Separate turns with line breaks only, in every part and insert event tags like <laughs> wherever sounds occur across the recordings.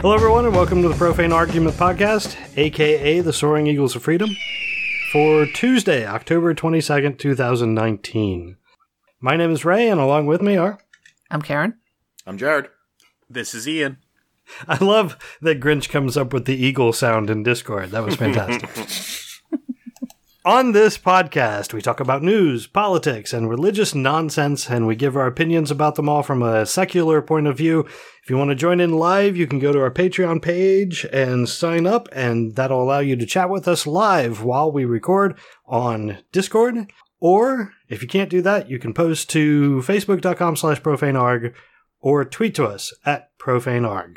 Hello, everyone, and welcome to the Profane Argument Podcast, aka the Soaring Eagles of Freedom, for Tuesday, October 22nd, 2019. My name is Ray, and along with me are.
I'm Karen.
I'm Jared.
This is Ian.
<laughs> I love that Grinch comes up with the eagle sound in Discord. That was fantastic. On this podcast, we talk about news, politics, and religious nonsense, and we give our opinions about them all from a secular point of view. If you want to join in live, you can go to our Patreon page and sign up, and that'll allow you to chat with us live while we record on Discord. Or if you can't do that, you can post to facebook.com slash profanearg or tweet to us at profanearg.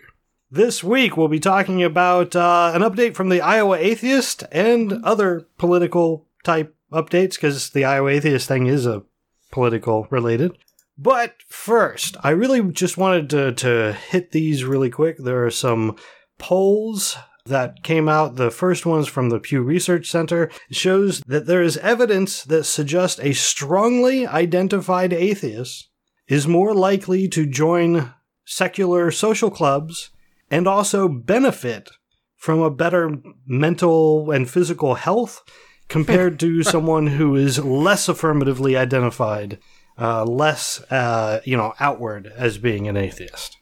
This week, we'll be talking about uh, an update from the Iowa Atheist and other political type updates, because the Iowa Atheist thing is a political related. But first, I really just wanted to, to hit these really quick. There are some polls that came out. The first one's from the Pew Research Center. It shows that there is evidence that suggests a strongly identified atheist is more likely to join secular social clubs and also benefit from a better mental and physical health compared to someone who is less affirmatively identified, uh, less uh, you know outward as being an atheist.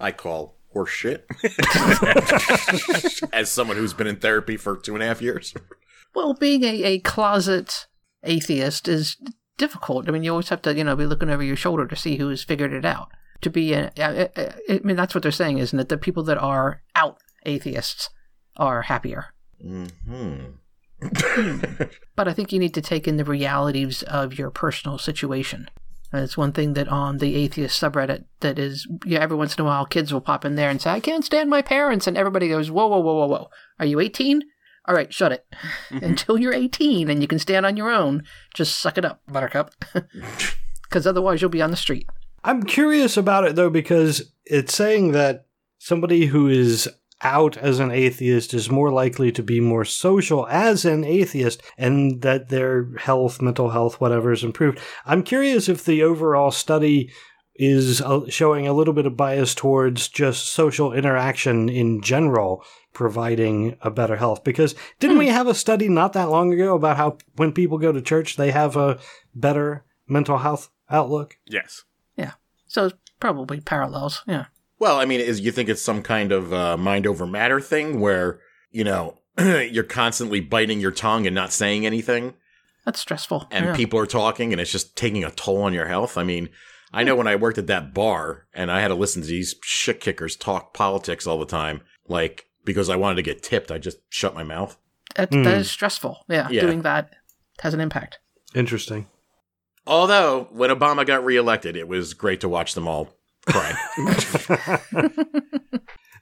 I call horse shit. <laughs> As someone who's been in therapy for two and a half years.
Well, being a, a closet atheist is difficult. I mean, you always have to, you know, be looking over your shoulder to see who's figured it out. To be, a, I, I- I mean, that's what they're saying, isn't it? The people that are out atheists are happier.
Mm-hmm.
But I think you need to take in the realities of your personal situation. And It's one thing that on the atheist subreddit that is, yeah, every once in a while, kids will pop in there and say, "I can't stand my parents," and everybody goes, "Whoa, whoa, whoa, whoa, whoa! Are you 18? All right, shut it. <laughs>
Mm-hmm.
Until you're 18 and you can stand on your own, just suck it up, <laughs> Buttercup, because otherwise you'll be on the street."
I'm curious about it though because it's saying that somebody who is out as an atheist is more likely to be more social as an atheist and that their health, mental health, whatever is improved. I'm curious if the overall study is uh, showing a little bit of bias towards just social interaction in general providing a better health because didn't we have a study not that long ago about how when people go to church they have a better mental health outlook?
Yes.
So it's probably parallels. Yeah.
well, I mean, is you think it's some kind of uh, mind over matter thing where, you know, <clears throat> you're constantly biting your tongue and not saying anything
That's stressful.
and
yeah.
people are talking and it's just taking a toll on your health? I mean, I know when I worked at that bar and I had to listen to these shit kickers talk politics all the time, like because I wanted to get tipped, I just shut my mouth.
that, that is stressful. Yeah,
Yeah.
doing that has an impact.
Interesting.
Although when Obama got reelected, it was great to watch them all
<laughs>
cry.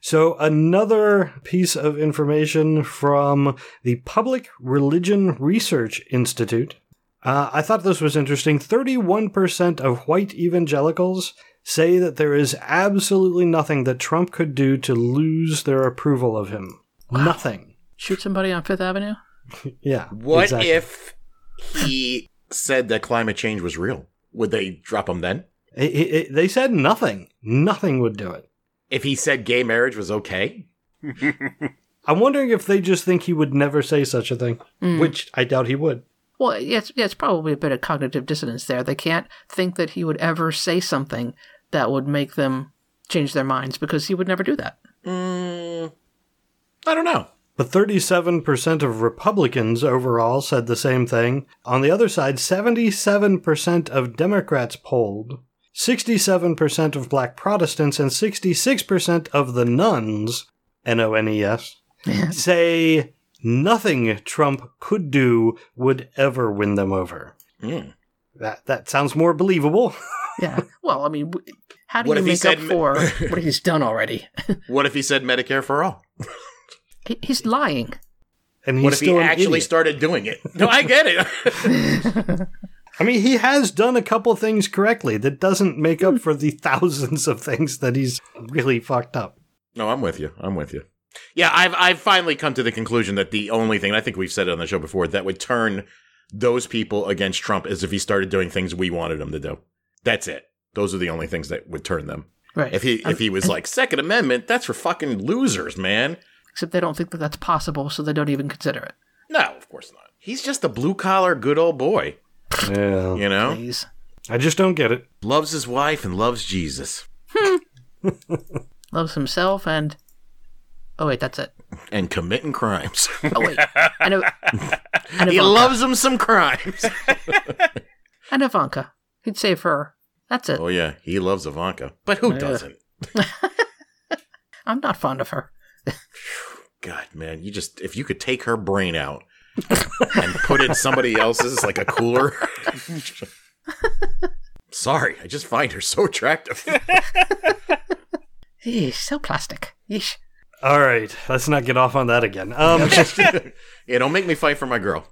So, another piece of information from the Public Religion Research Institute. Uh, I thought this was interesting. 31% of white evangelicals say that there is absolutely nothing that Trump could do to lose their approval of him. Nothing.
Shoot somebody on Fifth Avenue.
Yeah.
what
exactly.
if he said that climate change was real? Would they drop him then?
It- it- it- they said nothing. Nothing would do it.
If he said gay marriage was okay?
I'm wondering if they just think he would never say such a thing, which I doubt he would.
Well, yeah, it's, yeah, it's probably a bit of cognitive dissonance there. They can't think that he would ever say something that would make them change their minds because he would never do that.
Hmm, I don't know.
But 37% of Republicans overall said the same thing. On the other side, 77% of Democrats polled, 67% of black Protestants, and 66% of the nuns, N O N E S, say nothing Trump could do would ever win them over.
Mm.
That, that sounds more believable. <laughs>
Yeah. <laughs> well, I mean, w- how do
What
you
if he
make up
said- <laughs>
for what he's done already?
What if he said Medicare for all?
He- he's lying.
And he's
what if he
still an
actually
idiot.
started doing it? No, I get
<laughs>
it.
I mean, he has done a couple things correctly that doesn't make up for the thousands of things that he's really fucked up.
no, I'm with you. I'm with you. Yeah, I've I've finally come to the conclusion that the only thing, and I think we've said it on the show before, that would turn those people against Trump is if he started doing things we wanted him to do. That's it. Those are the only things that would turn them.
Right.
If he if he
Um,
was like Second Amendment, that's for fucking losers, man.
Except they don't think that that's possible, so they don't even consider it.
No, of course not. He's just a blue collar good old boy,
Yeah.
you know.
Please.
I just don't get it.
Loves his wife and loves Jesus
Loves himself and. Oh, wait, that's it.
and committing crimes.
Oh,
<laughs>
wait. And, Iv- and
he
Ivanka.
loves him some crimes.
and Ivanka. He'd save her. That's it.
<laughs> oh yeah, he loves Ivanka, but who doesn't?
I'm not fond of her.
God, man, you just if you could take her brain out and put it in somebody else's like a cooler. <laughs> Sorry, I just find her so attractive. <laughs>
He's so plastic. Yeesh.
All right, let's not get off on that again. Um,
yeah, don't make me fight for my girl.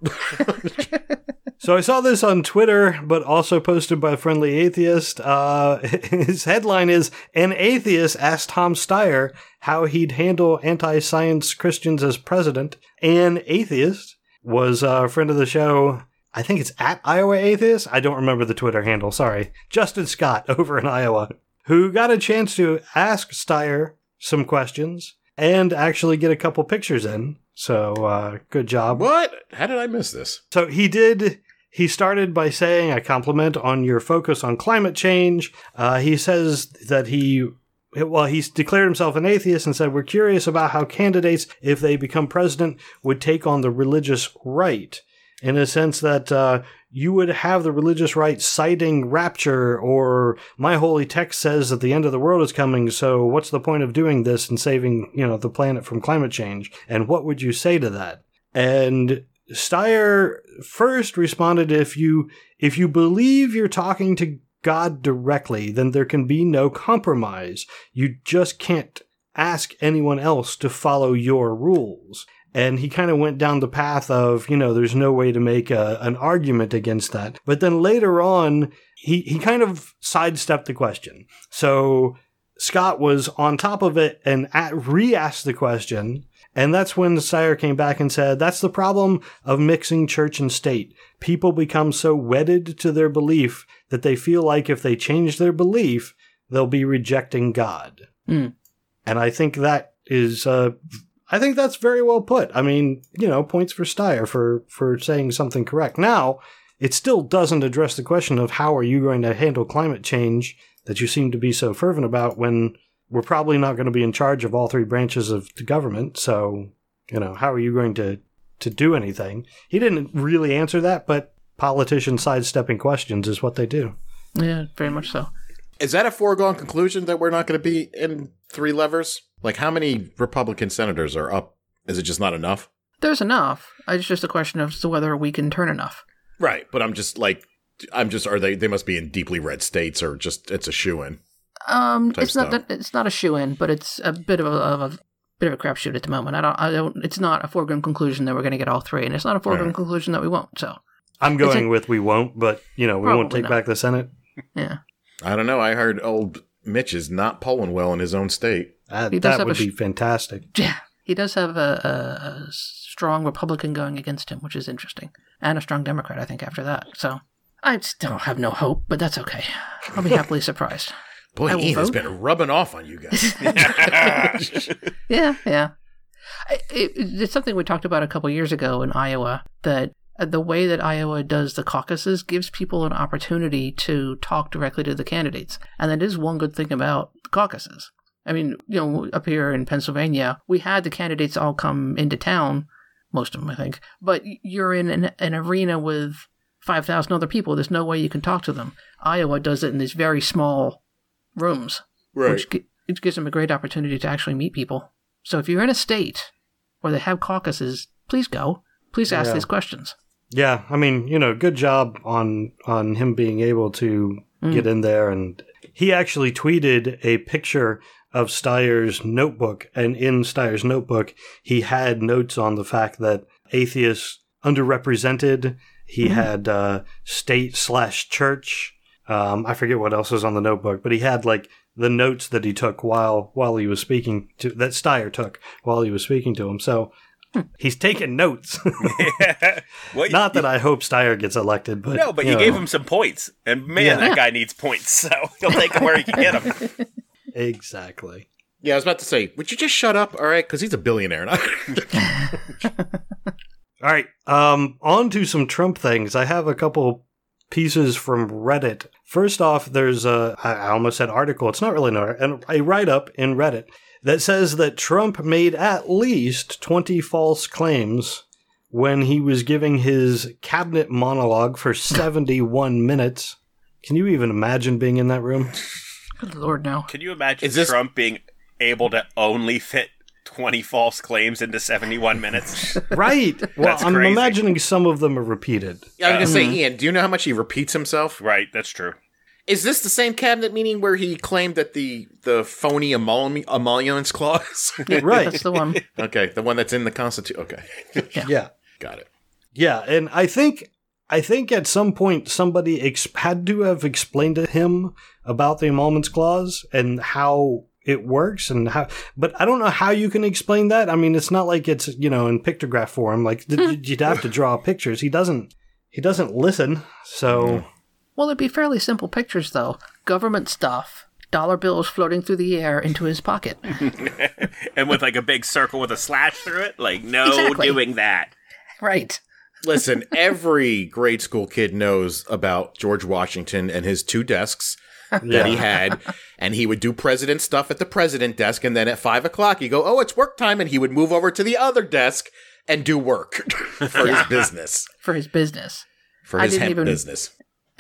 so I saw this on Twitter, but also posted by Friendly Atheist. Uh, <laughs> his headline is An Atheist Asked Tom Steyer How He'd Handle Anti Science Christians as President. An Atheist was uh, a friend of the show. I think it's at Iowa Atheist. I don't remember the Twitter handle. Sorry. Justin Scott <laughs> over in Iowa, who got a chance to ask Steyer some questions and actually get a couple pictures in. So uh, good job.
what? How did I miss this?
So he did. He started by saying a compliment on your focus on climate change. Uh, he says that he, well, he's declared himself an atheist and said, We're curious about how candidates, if they become president, would take on the religious right in a sense that uh, you would have the religious right citing rapture or my holy text says that the end of the world is coming so what's the point of doing this and saving you know the planet from climate change and what would you say to that and steyer first responded if you if you believe you're talking to god directly then there can be no compromise you just can't ask anyone else to follow your rules and he kind of went down the path of you know there's no way to make a, an argument against that but then later on he, he kind of sidestepped the question so scott was on top of it and at, re-asked the question and that's when Sire came back and said, That's the problem of mixing church and state. People become so wedded to their belief that they feel like if they change their belief, they'll be rejecting God.
Mm.
And I think that is, uh, I think that's very well put. I mean, you know, points for Steyer for, for saying something correct. Now, it still doesn't address the question of how are you going to handle climate change that you seem to be so fervent about when we're probably not going to be in charge of all three branches of the government. So, you know, how are you going to to do anything? He didn't really answer that, but politicians sidestepping questions is what they do.
Yeah, very much so.
Is that a foregone conclusion that we're not going to be in three levers? Like, how many Republican senators are up? Is it just not enough?
There's enough. It's just a question of whether we can turn enough.
Right, but I'm just like, I'm just are they? They must be in deeply red states, or just it's a shoe in.
Um,
Type
it's not
stuff.
that it's not a shoe in, but it's a bit of a, of a bit of a crapshoot at the moment. I don't, I don't. It's not a foregone conclusion that we're going to get all three, and it's not a foregone
Right.
conclusion that we won't. So,
I'm
It's
going
a-
with we won't, but you know, we won't
Probably
take
not.
back the Senate.
yeah,
I don't know. I heard old Mitch is not polling well in his own state.
That,
He does
that
have
would
a sh-
be fantastic.
yeah. He does have a, a, a strong Republican going against him, which is interesting, and a strong Democrat, I think, after that. So, I still have no hope, but that's okay. I'll
<laughs>
be happily surprised. I
Boy,
will
Ian has
vote.
been rubbing off on
<laughs>
you guys. <laughs>
Yeah, yeah. I- It, it- it's something we talked about a couple years ago in Iowa that uh, the way that Iowa does the caucuses gives people an opportunity to talk directly to the candidates. And that is one good thing about caucuses. I mean, you know, up here in Pennsylvania, we had the candidates all come into town, most of them, I think, but y- you're in an, an arena with 5,000 other people. There's no way you can talk to them. Iowa does it in these very small rooms
right.
which, gi- which gives them a great opportunity to actually meet people. So if you're in a state where they have caucuses, please go. Please ask
Yeah.
these questions.
Yeah, I mean, you know, good job on on him being able to
Mm.
get in there and he actually tweeted a picture of Steyer's notebook and in Steyer's notebook he had notes on the fact that atheists underrepresented, he
Mhm.
had uh, state slash church. Um, I forget what else was on the notebook, but he had like the notes that he took while while he was speaking to that Steyer took while he was speaking to him. So he's taking notes. <laughs>
<laughs> Well,
Not that I hope Steyer gets elected, but
No, but you
know,
gave him some points, <laughs> and man,
Yeah.
that guy needs points. So he'll take them where he can get them.
Exactly.
Yeah, I was about to say, would you just shut up? All right, because he's a billionaire. <laughs> And I-
All right. Um, on to some Trump things. I have a couple pieces from Reddit. First off, there's a, I I almost said article. It's not really an article, a write up in Reddit that says that Trump made at least 20 false claims when he was giving his cabinet monologue
<laughs>
for 71 minutes. Can you even imagine being in that
<laughs>
room?
Good lord, no.
Can you imagine
Is this-
Trump being able to only fit 20 false claims into
<laughs>
71 minutes?
Right. Well,
That's
I'm
crazy.
imagining some of them are
<laughs>
repeated.
I was
Mm-hmm.
going to say, Ian, do you know how much he repeats himself?
Uh, right, that's true.
Is this the same cabinet meeting where he claimed that the, the phony emolu- emoluments clause? <laughs>
Right.
That's
<laughs>
the one.
okay, the one that's in the Constitution. Okay,
Yeah.
got it.
Yeah, and I think I think at some point somebody ex- had to have explained to him about the emoluments clause and how it works and how but I don't know how you can explain that. I mean, it's not like it's, you know, in pictograph form like th- you'd have to draw pictures. He doesn't he doesn't listen. So,
Well, it'd be fairly simple pictures, though. Government stuff, dollar bills floating through the air into his pocket. <laughs>
And with like a big circle with a slash through it? Like, no
Exactly.
doing that.
Right.
<laughs> Listen, every grade school kid knows about George Washington and his two desks that he
yeah.
had, <laughs> and he would do president stuff at the president desk, and then at five o'clock he go, "Oh, it's work time," and he would move over to the other desk and do work <laughs> for his business,
For his business.
for
I
his
didn't
hemp
even-
business.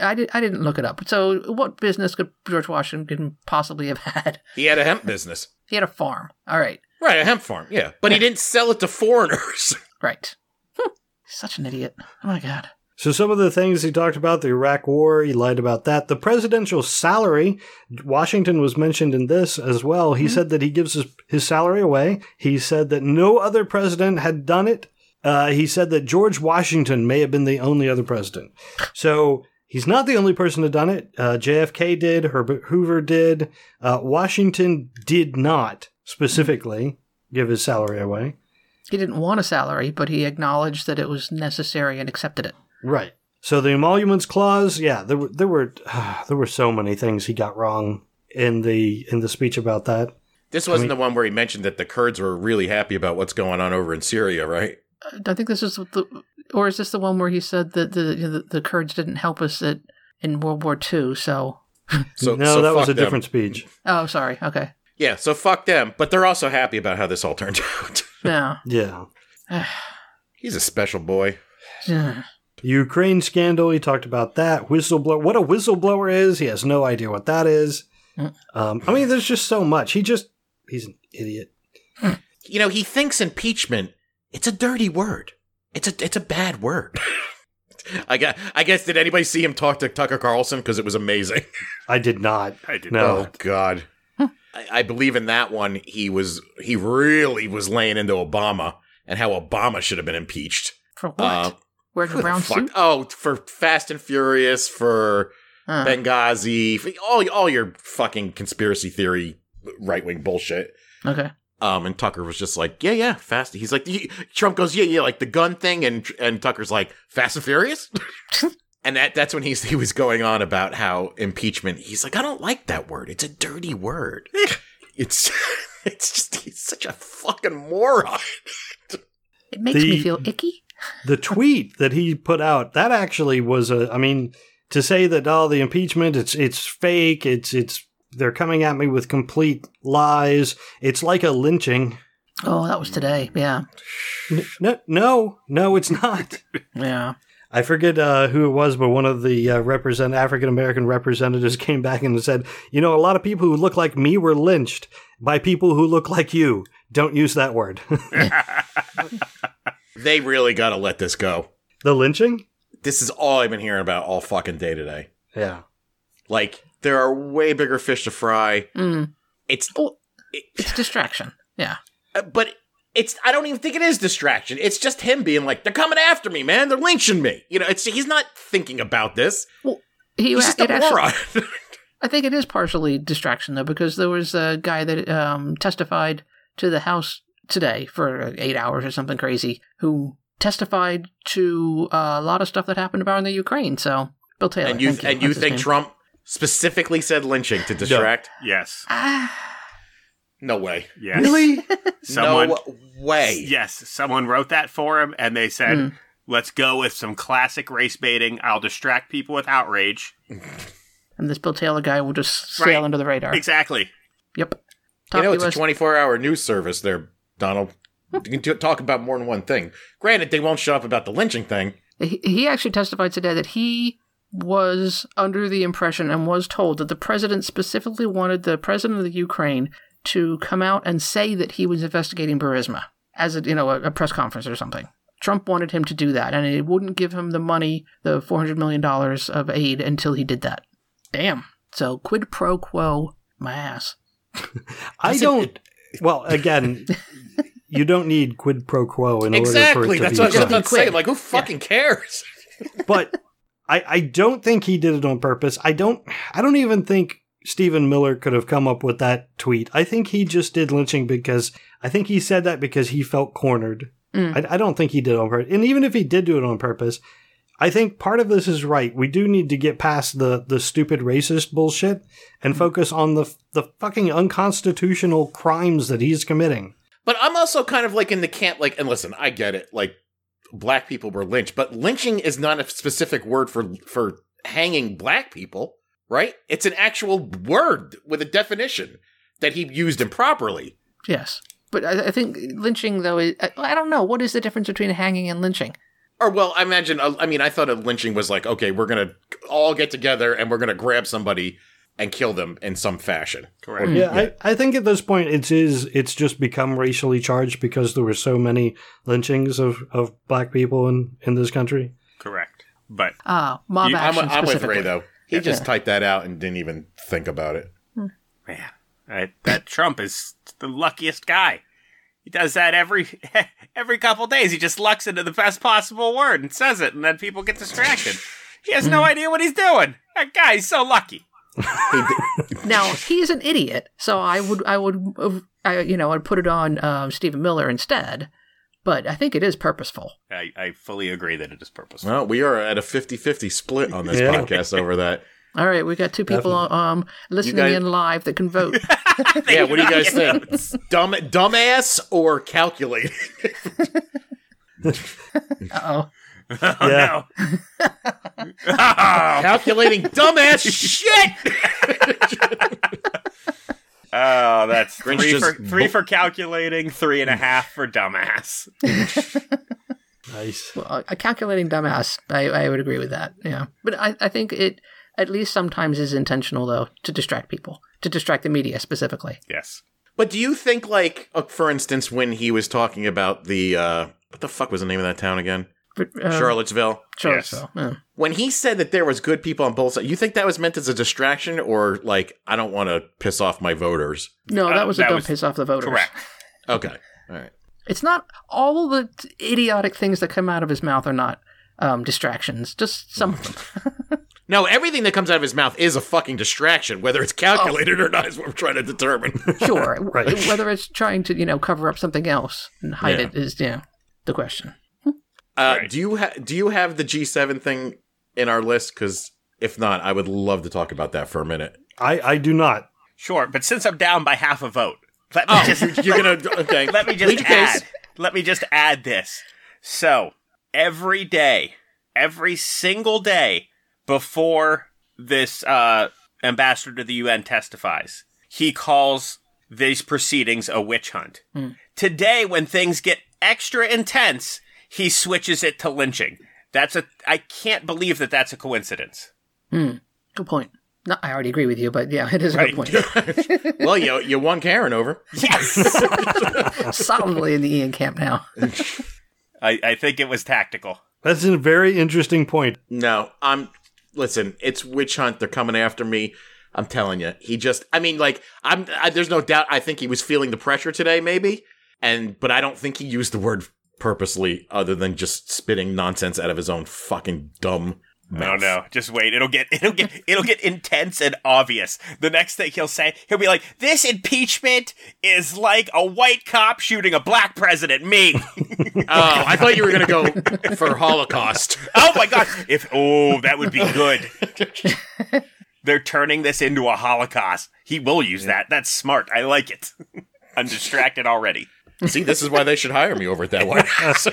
I, did, I didn't look it up. So, what business could George Washington possibly have <laughs> had?
He had a hemp business,
He had a farm. All right.
right? A hemp farm, yeah, but he didn't sell it to foreigners. <laughs>
Right. Hmm. Such an idiot. Oh, my God.
So some of the things he talked about, the Iraq War, he lied about that. The presidential salary, Washington was mentioned in this as well. He said that he gives his, his salary away. He said that no other president had done it. Uh, he said that George Washington may have been the only other president. So he's not the only person to done it. Uh, JFK did, Herbert Hoover did. Uh, Washington did not specifically give his salary away.
He didn't want a salary, but he acknowledged that it was necessary and accepted it.
Right. So the emoluments clause, yeah, there were there were <sighs> there were so many things he got wrong in the in the speech about that.
This wasn't the one where he mentioned that the Kurds were really happy about what's going on over in Syria, right?
I think this is the, or is this the one where he said that the you know, the, the Kurds didn't help us at, in World War II? So,
So
no,
so
that was
fuck
a
them.
different speech.
oh, sorry.
<laughs>
Okay.
Yeah, so fuck them, but they're also happy about how this all turned <laughs> out.
No.
Yeah.
He's a special boy.
Ukraine scandal, he talked about that. Whistleblower what a whistleblower is, he has no idea what that is.
Mm.
Um, I mean there's just so much. He just he's an idiot.
You know, he thinks impeachment. It's a dirty word. It's a it's a bad word. <laughs> I guess, I guess did anybody see him talk to Tucker Carlson because it was amazing. Oh,
I did not.
I did
no.
God. I, I believe in that one. He was he really was laying into Obama and how Obama should have been impeached.
For what?
Uh,
Wearing a
who the
brown
<laughs> fuck-
suit?
Oh, for Fast and Furious, for
Huh.
Benghazi, for all all your fucking conspiracy theory right wing bullshit.
okay.
Um, and Tucker was just like, yeah, yeah, fast. He's like, y- Trump goes, yeah, yeah, like the gun thing, and and Tucker's like, Fast and Furious. and that that's when he's he was going on about how impeachment. He's like, I don't like that word. It's a dirty word. it's <laughs> it's just he's such a fucking moron.
It makes
The-
me feel icky.
the tweet that he put out that actually was a i mean to say that all the impeachment it's it's fake it's it's they're coming at me with complete lies it's like a lynching
Oh, that was today. Yeah.
N- no no no it's not
Yeah.
I forget uh, who it was, but one of the uh, represent African American representatives <laughs> came back and said, "You know, a lot of people who look like me were lynched by people who look like you. Don't use that word, <laughs>
They really got to let this go.
the lynching."
This is all I've been hearing about all fucking day today.
Yeah,
Like there are way bigger fish to fry.
Mm.
It's
Oh, it's distraction. Yeah.
Uh, but it's I don't even think it is distraction. It's just him being like, they're coming after me, man. They're lynching me. You know, it's he's not thinking about this.
He
He's
was.
just a moron.
I think it is partially distraction though, because there was a guy that um, testified to the House today for eight hours or something crazy, who testified to uh, a lot of stuff that happened around the Ukraine. So Bill Taylor,
and you
thank
and you
That's his
think
name.
Trump specifically said lynching to distract?
Yes.
Ah,
No way.
Yes.
Really?
Someone.
No way.
Yes, someone wrote that for him, and they said, "Let's go with some classic race baiting. I'll distract people with outrage."
And this Bill Taylor guy will just sail
Right.
under the radar.
Exactly.
Yep.
You
Top
know, it's a
US
24 hour news service there, Donald. You can t- talk about more than one thing. Granted, they won't shut up about the lynching thing.
He he actually testified today that he was under the impression and was told that the president specifically wanted the president of the Ukraine to come out and say that he was investigating Burisma as a you know a, a press conference or something. Trump wanted him to do that, and it wouldn't give him the money, the four hundred million dollars of aid, until he did that. Damn. So quid pro quo, my ass.
I
Doesn't
don't. Well, again, you don't need quid pro quo in order for it
Exactly.
to
That's
be
what I
done.
was just about to say.
Quid.
Like, who fucking cares?
but I, I don't think he did it on purpose. I don't I don't even think Stephen Miller could have come up with that tweet. I think he just did lynching because I think he said that because he felt cornered. I, I don't think he did it on purpose. And even if he did do it on purpose, I think part of this is right. We do need to get past the the stupid racist bullshit
Mm.
and focus on the the fucking unconstitutional crimes that he's committing.
But I'm also kind of like in the camp, like, and listen, I get it. Like, black people were lynched, but lynching is not a specific word for for hanging black people, right? It's an actual word with a definition that he used improperly.
Yes. But I, I think lynching, though, is, I, I don't know. What is the difference between hanging and lynching?
Or well, I imagine. I mean, I thought a lynching was like, okay, we're gonna all get together and we're gonna grab somebody and kill them in some fashion.
Correct.
Yeah, I, I think at this point it's is it's just become racially charged because there were so many lynchings of, of black people in, in this
<laughs>
country.
Correct. But
Uh, mob
You-
I'm,
action
I'm with
specifically.
Ray though. He just typed that out and didn't even think about it.
man, I, that Trump is the luckiest guy. He does that every <laughs> every couple days. He just lucks into the best possible word and says it, and then people get distracted. He has
Hmm.
no idea what he's doing. That guy's so lucky.
Now he's an idiot, so I would, I would, uh, I, you know, I'd put it on um, Stephen Miller instead. But I think it is purposeful.
I, I fully agree that it is purposeful.
Well, we are at a 50-50 split on this
Yeah.
podcast over that.
All right, we got two people um, listening
guys-
in live that can
<laughs>
vote.
Yeah, what do you guys think? Dumb, dumbass, or calculated?
Oh.
Uh-oh.
Oh,
yeah.
<laughs> calculating dumbass shit.
Oh, that's
Grinch
three
just
for three
bu-
for calculating, three and a half for dumbass.
Nice.
Well, a calculating dumbass. I, I would agree with that. Yeah, but I, I think it at least sometimes is intentional though to distract people, to distract the media specifically.
Yes.
But do you think, like, uh, for instance, when he was talking about the uh, what the fuck was the name of that town again?
But, uh,
Charlottesville.
Charlottesville. yeah.
When he said that there was good people on both sides, you think that was meant as a distraction, or like, I don't want to piss off my voters?
No,
Uh,
that was a
that
dumb
was-
piss off the voters.
Correct.
Okay, all right.
It's not all the t- idiotic things that come out of his mouth are not um, distractions. Just
<laughs>
some of them.
No, everything that comes out of his mouth is a fucking distraction, whether it's calculated or not, is what we're trying to determine. <laughs>
Sure. W- <laughs> Whether it's trying to, you know, cover up something else and hide
Yeah.
it is, you know, the question.
Uh,
Right.
Do you ha- do you have the G seven thing in our list? Because if not, I would love to talk about that for a
<laughs>
minute.
I, I do not.
Sure, but since I'm down by half a vote, let me
Oh,
just
you're gonna okay.
<laughs> let me
plead
just
your
add.
case.
Let me just add this. So every day, every single day before this uh, ambassador to the UN testifies, he calls these proceedings a witch hunt.
Hmm.
Today, when things get extra intense, he switches it to lynching. That's a. I can't believe that that's a coincidence.
Good point. No, I already agree with you, but yeah, <laughs> it is a good point.
<laughs> Well, you you won Karen over.
Yes,
<laughs>
<laughs>
Solidly in the Ian camp now.
<laughs>
<laughs>
I, I think it was tactical.
That's a very interesting point.
No, I'm. Listen, it's witch hunt. They're coming after me. I'm telling you. He just. I mean, like, I'm. I, there's no doubt. I think he was feeling the pressure today, maybe. And but I don't think he used the word purposely, other than just spitting nonsense out of his own fucking dumb. Mouth.
No, no, just wait. It'll get <laughs> it'll get it'll get intense and obvious. The next thing he'll say, he'll be like, "This impeachment is like a white cop shooting a black
<laughs>
president." Me.
Oh, I thought you were gonna go
<laughs>
for Holocaust.
oh my god! If oh, that would be
<laughs>
good. They're turning this into a Holocaust. He will use that. That's smart. I like it. <laughs> I'm distracted already.
See, this is why they should hire me over at that <laughs> White House.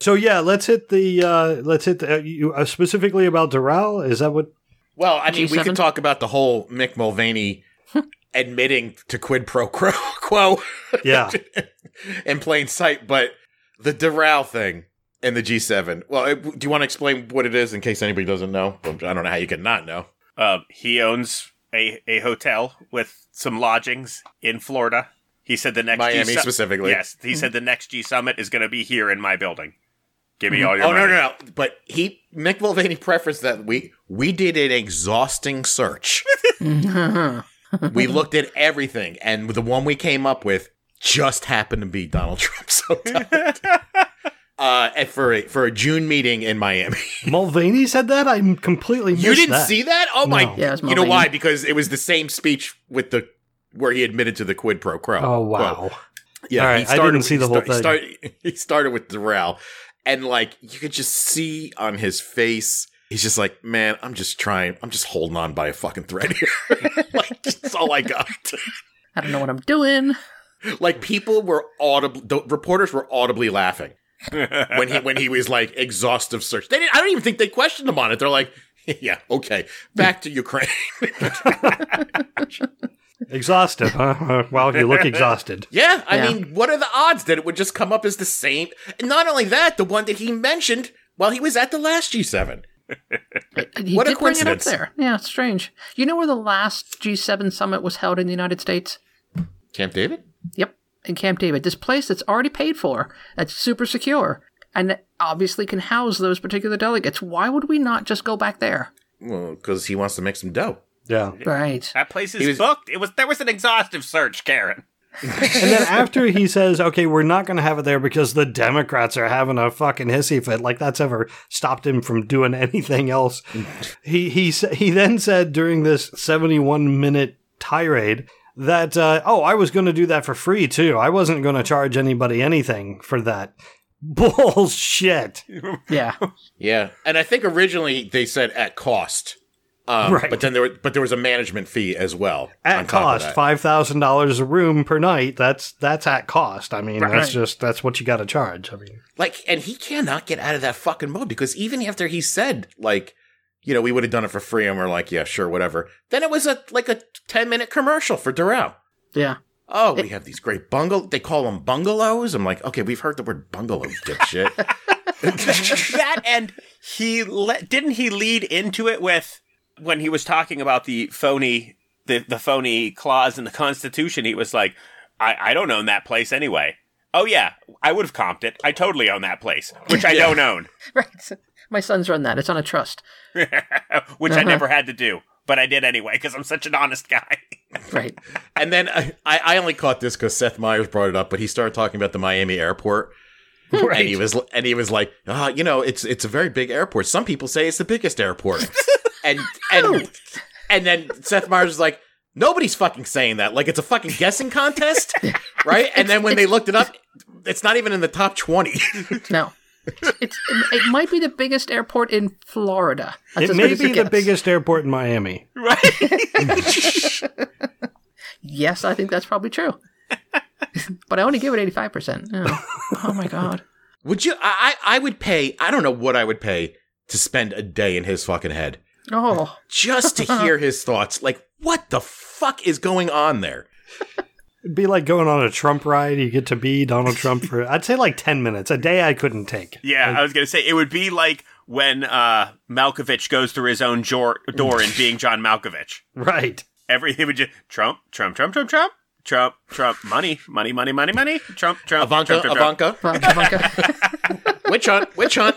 So yeah, let's hit the uh, let's hit the, uh, you, uh, specifically about Doral. Is that
<laughs>
what?
Well, I mean, we
G7?
could talk about the whole Mick Mulvaney admitting to quid pro quo- quo
Yeah,
in plain sight, but the Doral thing and the G7. Well, it, do you want to explain what it is in case anybody doesn't know? I don't know how you could not know.
Uh, he owns a, a hotel with some lodgings in Florida. He said the next
Miami
G
specifically.
Yes, he said the next G Summit is going to be here in my building. Give me all your
Oh no,
money.
no, no! But he, Mick Mulvaney, preferenced that we we did an exhausting search. we looked at everything, and the one we came up with just happened to be Donald <laughs> Trump's
<laughs>
hotel. uh, and for a, for a June meeting
<laughs>
in Miami.
Mulvaney said that. I am completely missed
You didn't
that.
see that? Oh my!
No.
Yeah, it was
you know
Mulvaney.
why? Because it was the same speech with the where he admitted to the quid pro quo.
Oh wow!
Yeah,
All right, I didn't see
he
the whole
he started, <laughs> he started with Darrell, and like you could just see on his face, he's just like, "Man, I'm just trying. I'm just holding on by a fucking thread here. <laughs> like that's all I got."
I don't know what I'm doing.
like people were audible. The reporters were audibly
<laughs>
laughing when he when he was like exhaustive search. They didn't, I don't even think they questioned him on it. They're like. <laughs> Yeah, okay. Back to Ukraine. <laughs>
Exhaustive, huh? <laughs> wow, you look exhausted.
yeah, I
Yeah.
mean, what are the odds that it would just come up as the same? And not only that, the one that he mentioned while he was at the last G7.
He
What a
did bring it up
coincidence.
there. Yeah, it's strange. You know where the last G7 summit was held in the United States?
Camp David?
Yep, in Camp David. This place that's already paid for, that's super secure, and that obviously can house those particular delegates. Why would we not just go back there?
Well, because he wants to make some dough.
Yeah.
Right.
That place is
He was-
booked. It was there was an exhaustive search, Karen. <laughs>
And then after he says, okay, we're not going to have it there because the Democrats are having a fucking hissy fit, like that's ever stopped him from doing <laughs> anything else. he, he, sa- he then said during this 71 minute tirade that, uh, oh, I was going to do that for free too. I wasn't going to charge anybody anything for that. Bullshit.
Yeah.
Yeah, and I think originally they said at cost, um,
Right.
but then there were, but there was a management fee as well
At
on top of
cost,
that.
$5,000 a room per night. That's, that's at cost. I mean,
Right.
that's just, that's what you got to charge. I mean,
Like, and he cannot get out of that fucking mode because even after he said like, you know, we would have done it for free, and we're like, yeah, sure, whatever. Then it was a like a ten minute commercial for Doral.
Yeah.
Oh, we have these great bungalow. They call them bungalows. I'm like, okay, we've heard the word bungalow, dipshit.
that and he le- didn't he lead into it with when he was talking about the phony the, the phony clause in the Constitution. He was like, I, "I don't own that place anyway." Oh yeah, I would have comped it. I totally own that place,
<laughs>
which I don't own,
<laughs> Right. My sons run that. It's on a trust.
which
Uh-huh.
I never had to do, but I did anyway because I'm such an honest guy.
Right.
and then uh, I, I only caught this because Seth Meyers brought it up, but he started talking about the Miami airport. And he was and he was like, ah, you know, it's it's a very big airport. Some people say it's the biggest airport. and and and then Seth Meyers was like, nobody's fucking saying that. Like it's a fucking guessing contest, right? And then when they looked it up, it's not even in the top twenty. <laughs>
No. It's, it might be the biggest airport in Florida. That's
it
as
may
good as
be the
gets.
biggest airport in Miami.
Yes, I think that's probably
<laughs>
true. but I only give it 85%. Oh, oh my God.
would you? I I I would pay. I don't know what I would pay to spend a day in his fucking head.
Oh,
just to hear his thoughts. Like, what the fuck is going on there?
It'd be like going on a Trump ride. You get to be Donald Trump for, I'd say like 10 minutes, a day I couldn't take.
Yeah, I was gonna say it would be like when uh, Malkovich goes through his own jor- door
<laughs>
and being John Malkovich.
Right.
Everything would just Trump, Trump, Trump, Trump, Trump, Trump, Trump, money, money, money, money, money, Trump, Trump,
Ivanka,
Trump, Trump, Trump.
Ivanka,
fuck,
<laughs>
Oh fuck.
witch hunt, witch
<laughs>
hunt.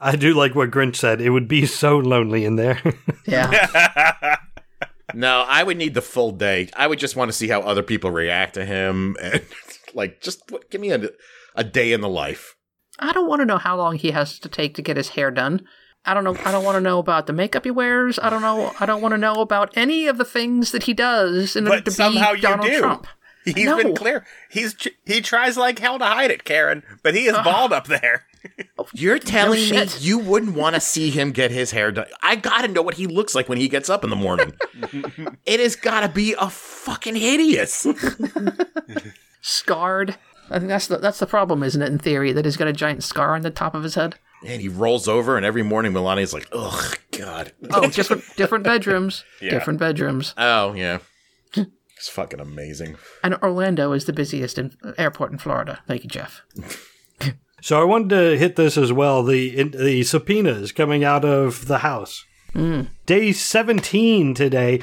I do like what Grinch said. It would be so lonely in there. <laughs>
yeah.
No, I would need the full day. I would just want to see how other people react to him, and <laughs> like, just what, give me a a day in the life.
I don't want to know how long he has to take to get his hair done. I don't know. I don't want to know about the makeup he wears. I don't know. I don't want to know about any of the things that he does in order
But
to
somehow
be
you
Donald
do.
Trump.
He's
No.
been clear. He's tr- he tries like hell to hide it, Karen, but he is bald up there.
You're telling me
shit.
you wouldn't want to see him get his hair done. I gotta know what he looks like when he gets up in the
<laughs>
morning. it has gotta be a fucking
<laughs>
hideous.
Scarred. I think that's the, that's the problem, isn't it? In theory, that he's got a giant scar on the top of his head.
And he rolls over, and every morning Melania's like, "Ugh, God."
Oh, different different
<laughs>
bedrooms. Different bedrooms.
Oh yeah, it's fucking amazing.
And Orlando is the busiest in, airport in Florida. Thank you, Jeff.
So I wanted to hit this as well. The in, the subpoenas coming out of the House. Day 17 today.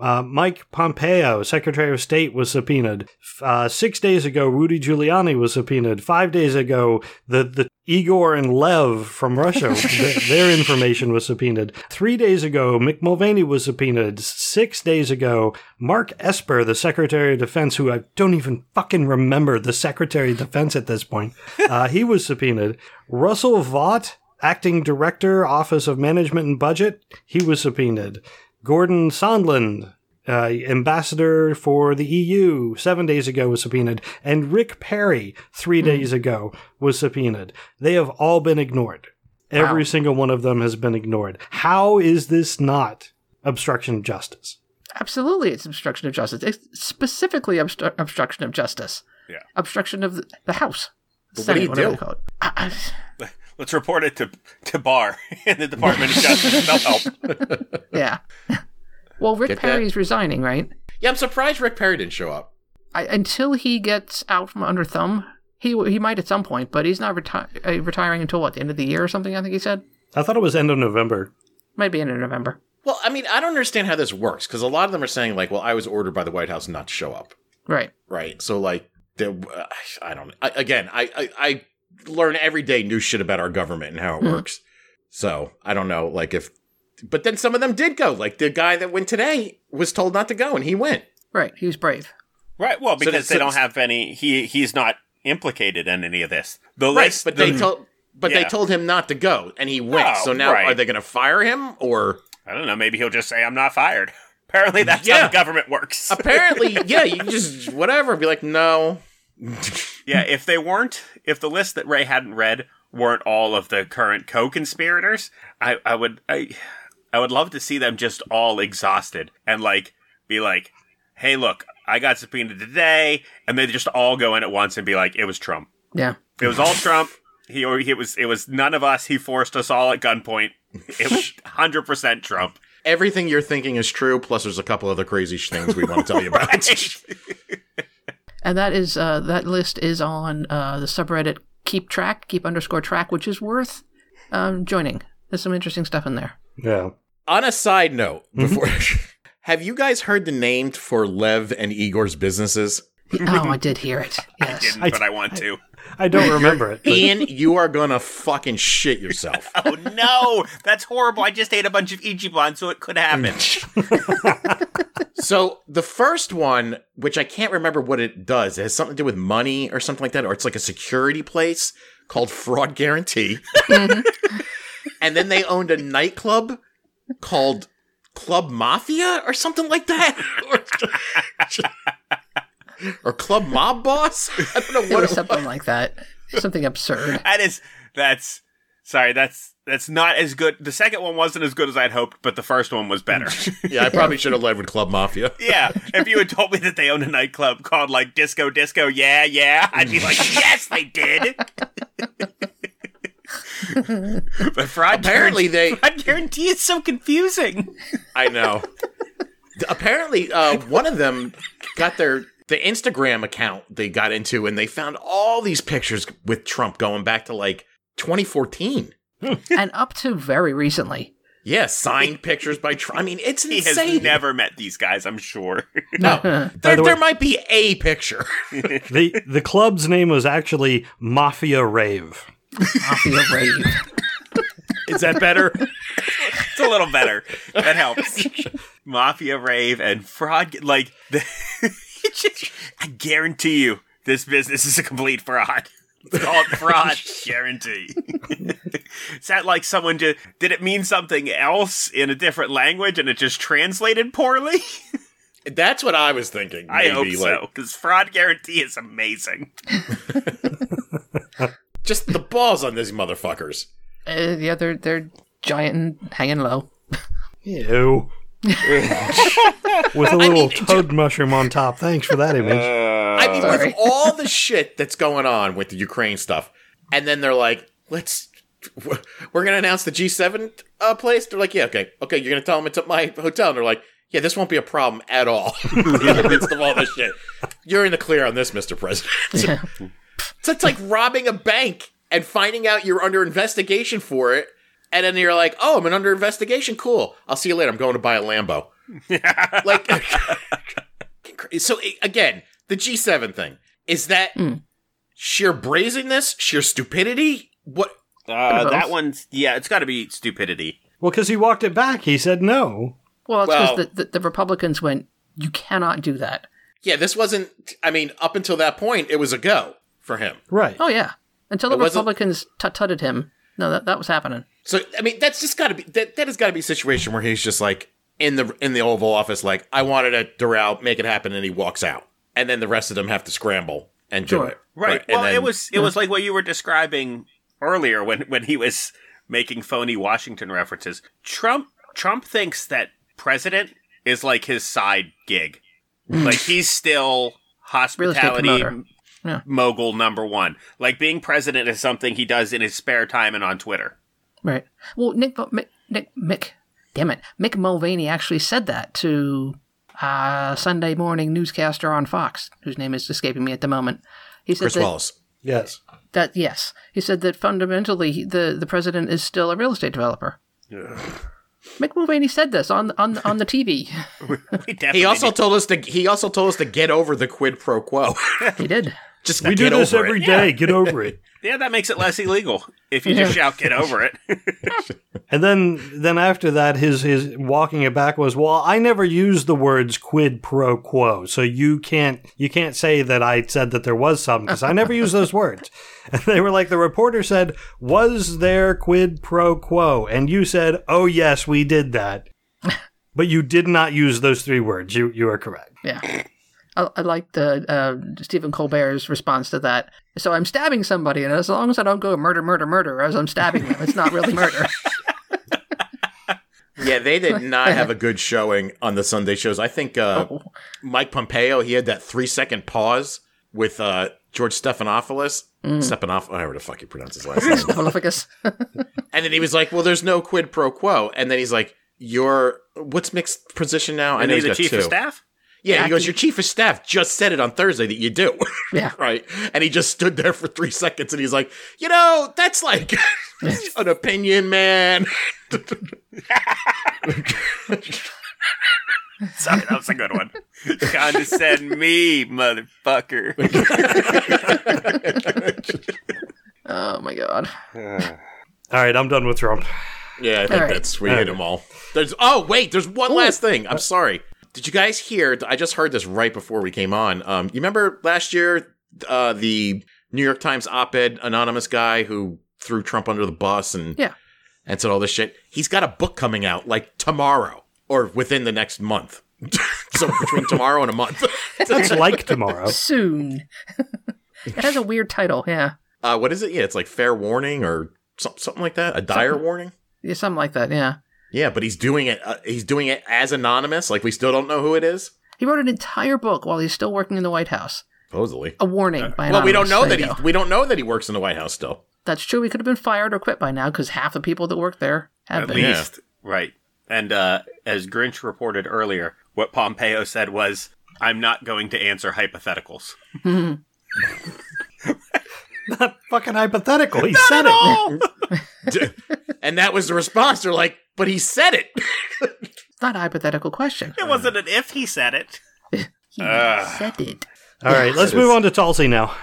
Uh, Mike Pompeo, Secretary of State, was subpoenaed. F- Uh, six days ago, Rudy Giuliani was subpoenaed. Five days ago, the, the Igor and Lev from Russia, th- their information was subpoenaed. Three days ago, Mick Mulvaney was subpoenaed. Six days ago, Mark Esper, the Secretary of Defense, who I don't even fucking remember the Secretary of Defense at this point, uh, he was subpoenaed. Russell Vaught, acting director, Office of Management and Budget, he was subpoenaed. Gordon Sondland, uh, ambassador for the EU, seven days ago was subpoenaed, and Rick Perry, three days ago, was subpoenaed. They have all been ignored. Every single one of them has been ignored. How is this not obstruction of justice?
Absolutely, it's obstruction of justice. It's specifically obstru- obstruction of justice.
Yeah.
Obstruction of the, the House.
But what do you
whatever
do?
they call it. I-
<laughs>
I-
Let's report it to to Barr <laughs> in the Department of Justice. They'll help.
yeah. well, Rick
Get that?
Perry's resigning, right?
Yeah, I'm surprised Rick Perry didn't show up.
I, until he gets out from under thumb, he he might at some point, but he's not reti- uh, retiring until what the end of the year or something. I think he said
I thought it was end of November.
might be end of November.
Well, I mean, I don't understand how this works because a lot of them are saying like, "Well, I was ordered by the White House not to show up."
Right.
Right. So like, there, uh, I don't. I, again, I, I I learn every day new shit about our government and how it
Mhm.
works. So I don't know, like if, but then some of them did go. Like the guy that went today was told not to go, and he went.
Right. He was brave.
Right. Well, because
that's-
they don't
so-
have any. He he's not implicated in any of this. The
Right.
list,
But
the-
they told. But they
yeah.
told him not to go, and he went.
Oh,
so now,
right.
are they going to fire him or?
I don't know. Maybe he'll just say, "I'm not fired." <laughs> Apparently, that's how
Yeah.
the government works.
Apparently, yeah. You just whatever. Be like, no.
yeah. If they weren't, if the list that Ray hadn't read weren't all of the current co-conspirators, I I would I I would love to see them just all exhausted and like be like, "Hey, look, I got subpoenaed today," and they just all go in at once and be like, "It was Trump.
Yeah.
It was <laughs> all Trump." He, or he was it was none of us. He forced us all at gunpoint. It <laughs> was hundred percent Trump. <laughs>
Everything you're thinking is true. Plus, there's a couple other crazy sh- things we want to tell you about.
<laughs>
And that is uh, that list is on uh, the subreddit keep track keep underscore track, which is worth um, joining. There's some interesting stuff in there.
Yeah.
<laughs> On a side note, before <laughs> have you guys heard the name for Lev and Igor's businesses?
oh, I did hear it. Yes.
Didn't,
I-
but I want to.
I don't remember it. but-
Ian, you are gonna fucking shit yourself.
Oh no, that's horrible! I just ate a bunch of Ichiban, so it could <laughs> happen.
so the first one, which I can't remember what it does, it has something to do with money or something like that, or it's like a security place called Fraud Guarantee.
Mm-hmm.
and then they owned a nightclub called Club Mafia or something like that. <laughs> Or- or Club Mob Boss? I don't know
It
what
was
it was.
something like that. Something absurd.
that is, that's sorry, that's that's not as good. The second one wasn't as good as I'd hoped, but the first one was better.
Yeah, I probably should have led with Club Mafia.
yeah, if you had told me that they owned a nightclub called like Disco Disco, yeah, yeah, I'd be like, yes, they did. but fraud
Apparently they
I guarantee it's so confusing.
I know. Apparently, uh, one of them got their the Instagram account they got into, and they found all these pictures with Trump going back to like 2014.
and up to very recently.
Yeah, signed pictures by Trump. I mean, it's
He has
insane.
never met these guys, I'm sure.
no,
<laughs> By
there,
the way-
there might be a picture.
the the club's name was actually Mafia Rave.
Mafia rave.
Is that better?
it's a little better. That helps. Mafia rave and fraud. Like, <laughs> the, it just, I guarantee you, this business is a complete fraud. It's <laughs> called fraud, guarantee. is that like someone just did it mean something else in a different language and it just translated poorly?
<laughs> That's what I was thinking.
I hope
maybe,
so, because fraud guarantee is amazing.
Just the balls on these motherfuckers.
Uh, yeah, they're they're giant and hanging low.
<laughs> Ew. With a little toad mushroom on top. Tthanks for that image.
I mean,
Sorry.
with all the shit that's going on with the Ukraine stuff, and then they're like, "Let's, we're gonna announce the G7 uh, place." They're like, "Yeah, okay, okay, you're gonna tell them it's at my hotel." And they're like, "Yeah, this won't be a problem at all." <laughs> in the midst of all this shit, you're in the clear on this, Mr. President.
Yeah.
<laughs> so it's like robbing a bank and finding out you're under investigation for it, and then you're like, "Oh, I'm an under investigation. Cool. I'll see you later. I'm going to buy a Lambo." like, <laughs> so i- again, the G7 thing is that sheer brazenness, sheer stupidity. What?
Uh,
both.
that one's yeah, it's got to be stupidity.
Well, because he walked it back. He said no.
Well, it's
Well-
because the, the, the Republicans went, you cannot do that.
Yeah, this wasn't. I mean, up until that point, it was a go for him.
Right.
Oh yeah, until the
It wasn't-
Republicans tut tutted him. No, that that was happening.
So I mean, that's just got to be that. That has got to be a situation where he's just like in the in the Oval Office, like I wanted to derail, make it happen, and he walks out, and then the rest of them have to scramble and do
Sure.
it.
Right.
But- and
Well,
then- Hmm?
it was it was like what you were describing earlier when when he was making phony Washington references. Trump Trump thinks that president is like his side
<laughs>
gig. like he's still
Real estate
hospitality
promoter. Yeah.
mogul number 1. Like being president is something he does in his spare time and on Twitter. <laughs>
Right. Well, Nick, Mick, Nick, Mick, damn it, Mick Mulvaney actually said that to uh, Sunday morning newscaster on Fox, whose name is escaping me at the moment. He said
Chris
that,
Wallace.
Yes.
that yes, he said that fundamentally he- the the president is still a real estate developer. Mick Mulvaney said this on on on the
<laughs>
TV.
He, definitely
He also
did.
told us to. He also told us to get over the quid pro quo. <laughs>
he did.
just
We do
get
this
over
every
it.
day. Get over <laughs> it.
Yeah, that makes it less illegal if you just shout get over it.
And then then after that, his his walking it back was well. I never used the words quid pro quo, so you can't you can't say that I said that there was some because I never used those words. <laughs> And they were like the reporter said, "Was there quid pro quo?" And you said, "Oh yes, we did that." <laughs> But you did not use those three words. You you are correct.
Yeah. I, I like the uh, Stephen Colbert's response to that. So I'm stabbing somebody, and as long as I don't go murder, murder, murder, as I'm stabbing them, it's not really
<laughs>
murder.
Yeah, they
<laughs>
did not have a good showing on the Sunday shows. I think uh,
Oh.
Mike Pompeo he had that three second pause with uh, George Stephanopoulos.
Mm.
Stephanopoulos, whatever the fuck you pronounce his last name.
Prolificus.
and then he was like, "Well, there's no quid pro quo." And then he's like, "Your what's mixed position now?" <laughs> I
<laughs> And
know he's
he's the
got
chief
two.
of staff?
Yeah, he goes,
Jackie.
"Your chief of staff just said it on Thursday that you do." <laughs>
Yeah.
right. And he just stood there for three seconds, and he's like, "You know, that's like <laughs> an opinion, man."
Sorry, that was a good one. <laughs> Condescend
<laughs>
me, motherfucker.
Oh my god.
All right, I'm done with Trump.
Yeah, I think
All right.
that's we hit them all. There's oh wait, there's one last thing. I'm sorry. Did you guys hear? I just heard this right before we came on. Um, you remember last year, uh, the New York Times op-ed anonymous guy who threw Trump under the bus and
Yeah.
and said all this shit. He's got a book coming out like tomorrow or within the next month. <laughs> so between tomorrow and
<laughs>
a month,
That's like <laughs>
Oh.
tomorrow.
Soon. it has a weird title. Yeah.
uh, what is it? Yeah, it's like fair warning or some, something like that. A dire warning.
yeah. Something like that. Yeah.
Yeah, but he's doing it. Uh, he's doing it as anonymous. Like we still don't know who it is.
He wrote an entire book while he's still working in the White House.
Supposedly.
Oh,
A warning by
Well, we don't
Anonymous.
know
There
that
you
he,
go.
we don't know that he works in the White House still.
That's true. He could have been fired or quit by now because half the people that work there have
At
been.
least. Right. And uh, as Grinch reported earlier, what Pompeo said was, I'm not going to answer hypotheticals.
Not fucking hypothetical. He said it.
and that was the response. They're like, but he said it.
It's not a hypothetical question.
It wasn't an if he said it.
He said it.
<laughs> All right, let's move on to Tulsi now.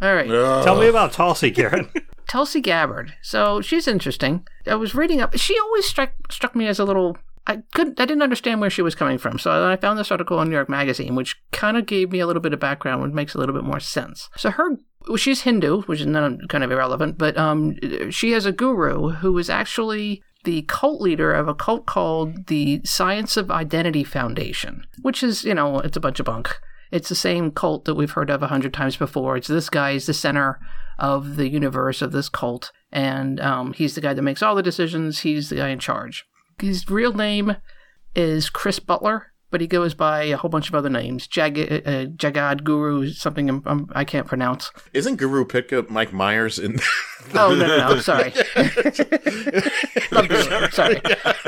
All right.
Tell me about Tulsi, Karen.
Tulsi Gabbard. So she's interesting. I was reading up. She always struck struck me as a little. I couldn't. I didn't understand where she was coming from. So then I found this article in New York Magazine, which kind of gave me a little bit of background, which makes a little bit more sense. So her, well, she's Hindu, which is not kind of irrelevant, but um, she has a guru who is actually the cult leader of a cult called the Science of Identity Foundation, which is you know it's a bunch of bunk. It's the same cult that we've heard of a hundred times before. It's this guy is the center of the universe of this cult, and um, he's the guy that makes all the decisions. He's the guy in charge. His real name is Chris Butler, but he goes by a whole bunch of other names. Jag- uh, uh, Jagad Guru, something I'm, I'm, I can't pronounce.
Isn't Guru Pitka Mike Myers in? <laughs>
<laughs>
Oh no, no, no sorry. Love Guru, sorry.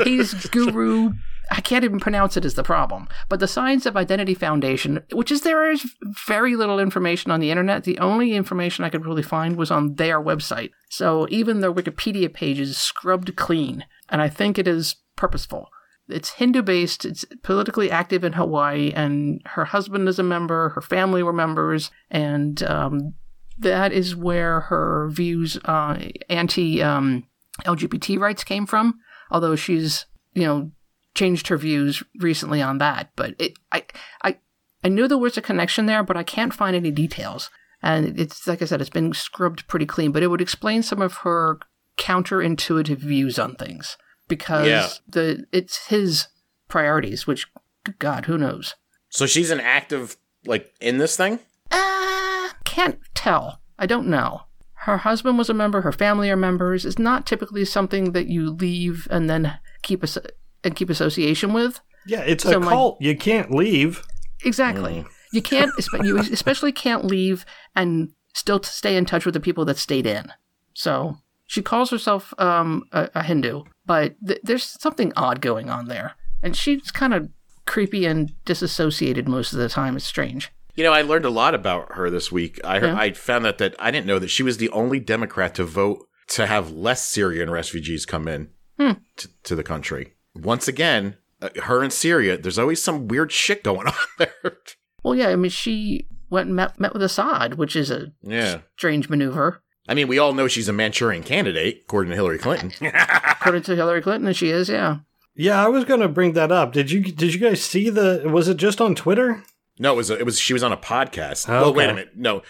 He's Guru. I can't even pronounce it is the problem. But the Science of Identity Foundation, which is there is very little information on the internet. The only information I could really find was on their website. So even their Wikipedia page is scrubbed clean, and I think it is purposeful. It's Hindu based, it's politically active in Hawaii, and her husband is a member, her family were members, and um, that is where her views uh, anti um, LGBT rights came from. Although she's you know changed her views recently on that, but it, I I I knew there was a connection there, but I can't find any details. And it's like I said, it's been scrubbed pretty clean, but it would explain some of her counterintuitive views on things because
Yeah.
the it's his priorities, which good God, who knows?
so she's an active like in this thing.
Uh, can't tell. I don't know. Her husband was a member. Her family are members. It's not typically something that you leave and then keep as- and keep association with.
<laughs> Yeah, it's
So
a
my-
cult. You can't leave.
Exactly. You can't. <laughs> espe- You especially can't leave and still t- stay in touch with the people that stayed in. So she calls herself um, a, a Hindu, but th- there's something odd going on there, and she's kind of creepy and disassociated most of the time. It's strange.
You know, I learned a lot about her this week. I
Yeah.
I found out that I didn't know that she was the only Democrat to vote to have less Syrian refugees come in to, to the country. Once again, uh, her and Syria, there's always some weird shit going <laughs> on there.
Well, yeah, I mean, she went and met, met with Assad, which is a
yeah.
strange maneuver.
I mean, we all know she's a Manchurian candidate, according to Hillary Clinton.
According to Hillary Clinton, she is, yeah.
Yeah, I was going to bring that up. Did you did you guys see the was it just on Twitter?
No, it was a, it was she was on a podcast. Well,
Okay.
wait a minute. No,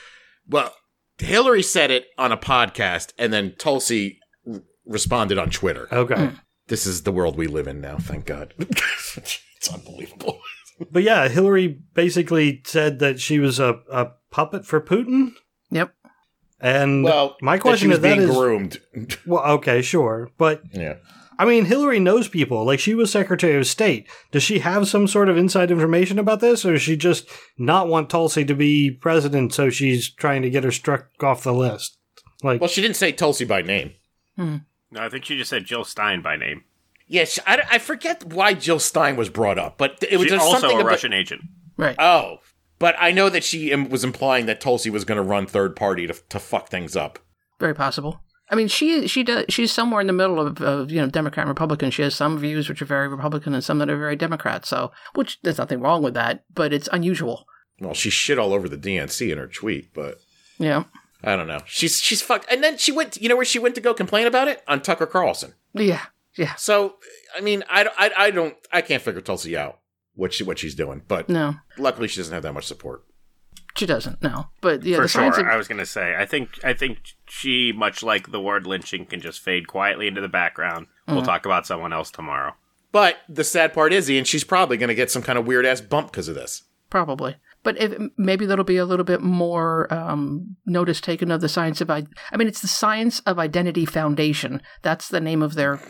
well, Hillary said it on a podcast, and then Tulsi r- responded on Twitter.
Okay.
Mm.
This is the world we live in now. Thank God. <laughs> it's unbelievable.
But yeah, Hillary basically said that she was a, a puppet for Putin.
Yep.
And
Well,
my
that
question
she was
is that
being
is
groomed.
well, okay, sure, but
<laughs> yeah.
I mean, Hillary knows people. Like she was Secretary of State. Does she have some sort of inside information about this, or does she just not want Tulsi to be president, so she's trying to get her struck off the list? Like,
Well, she didn't say Tulsi by name.
No, I think she just said Jill Stein by name.
Yeah, she, I, I forget why Jill Stein was brought up, but it was
She's
just
also
something
a
about-
Russian agent.
Right.
Oh, but I know that she im- was implying that Tulsi was going to run third party to to fuck things up.
Very possible. I mean, she she does, she's somewhere in the middle of, of you know Democrat and Republican. She has some views which are very Republican and some that are very Democrat. So, which there's nothing wrong with that, but it's unusual.
Well, she shit all over the DNC in her tweet, but
Yeah.
I don't know. She's she's fucked. And then she went. You know where she went to go complain about it on Tucker Carlson.
Yeah. Yeah.
So I mean, I, don't- I, I don't I can't figure Tulsi out what she what she's doing. But
No,
luckily, she doesn't have that much support.
she doesn't. No, but yeah,
For
the science
sure.
of-
I was gonna say. I think I think she, much like the word lynching, can just fade quietly into the background.
Mm-hmm.
We'll talk about someone else tomorrow.
But the sad part is, Ian, she's probably going to get some kind of weird ass bump because of this.
probably. But if, maybe there'll be a little bit more um, notice taken of the science of. I, I mean, it's the Science of Identity Foundation. That's the name of their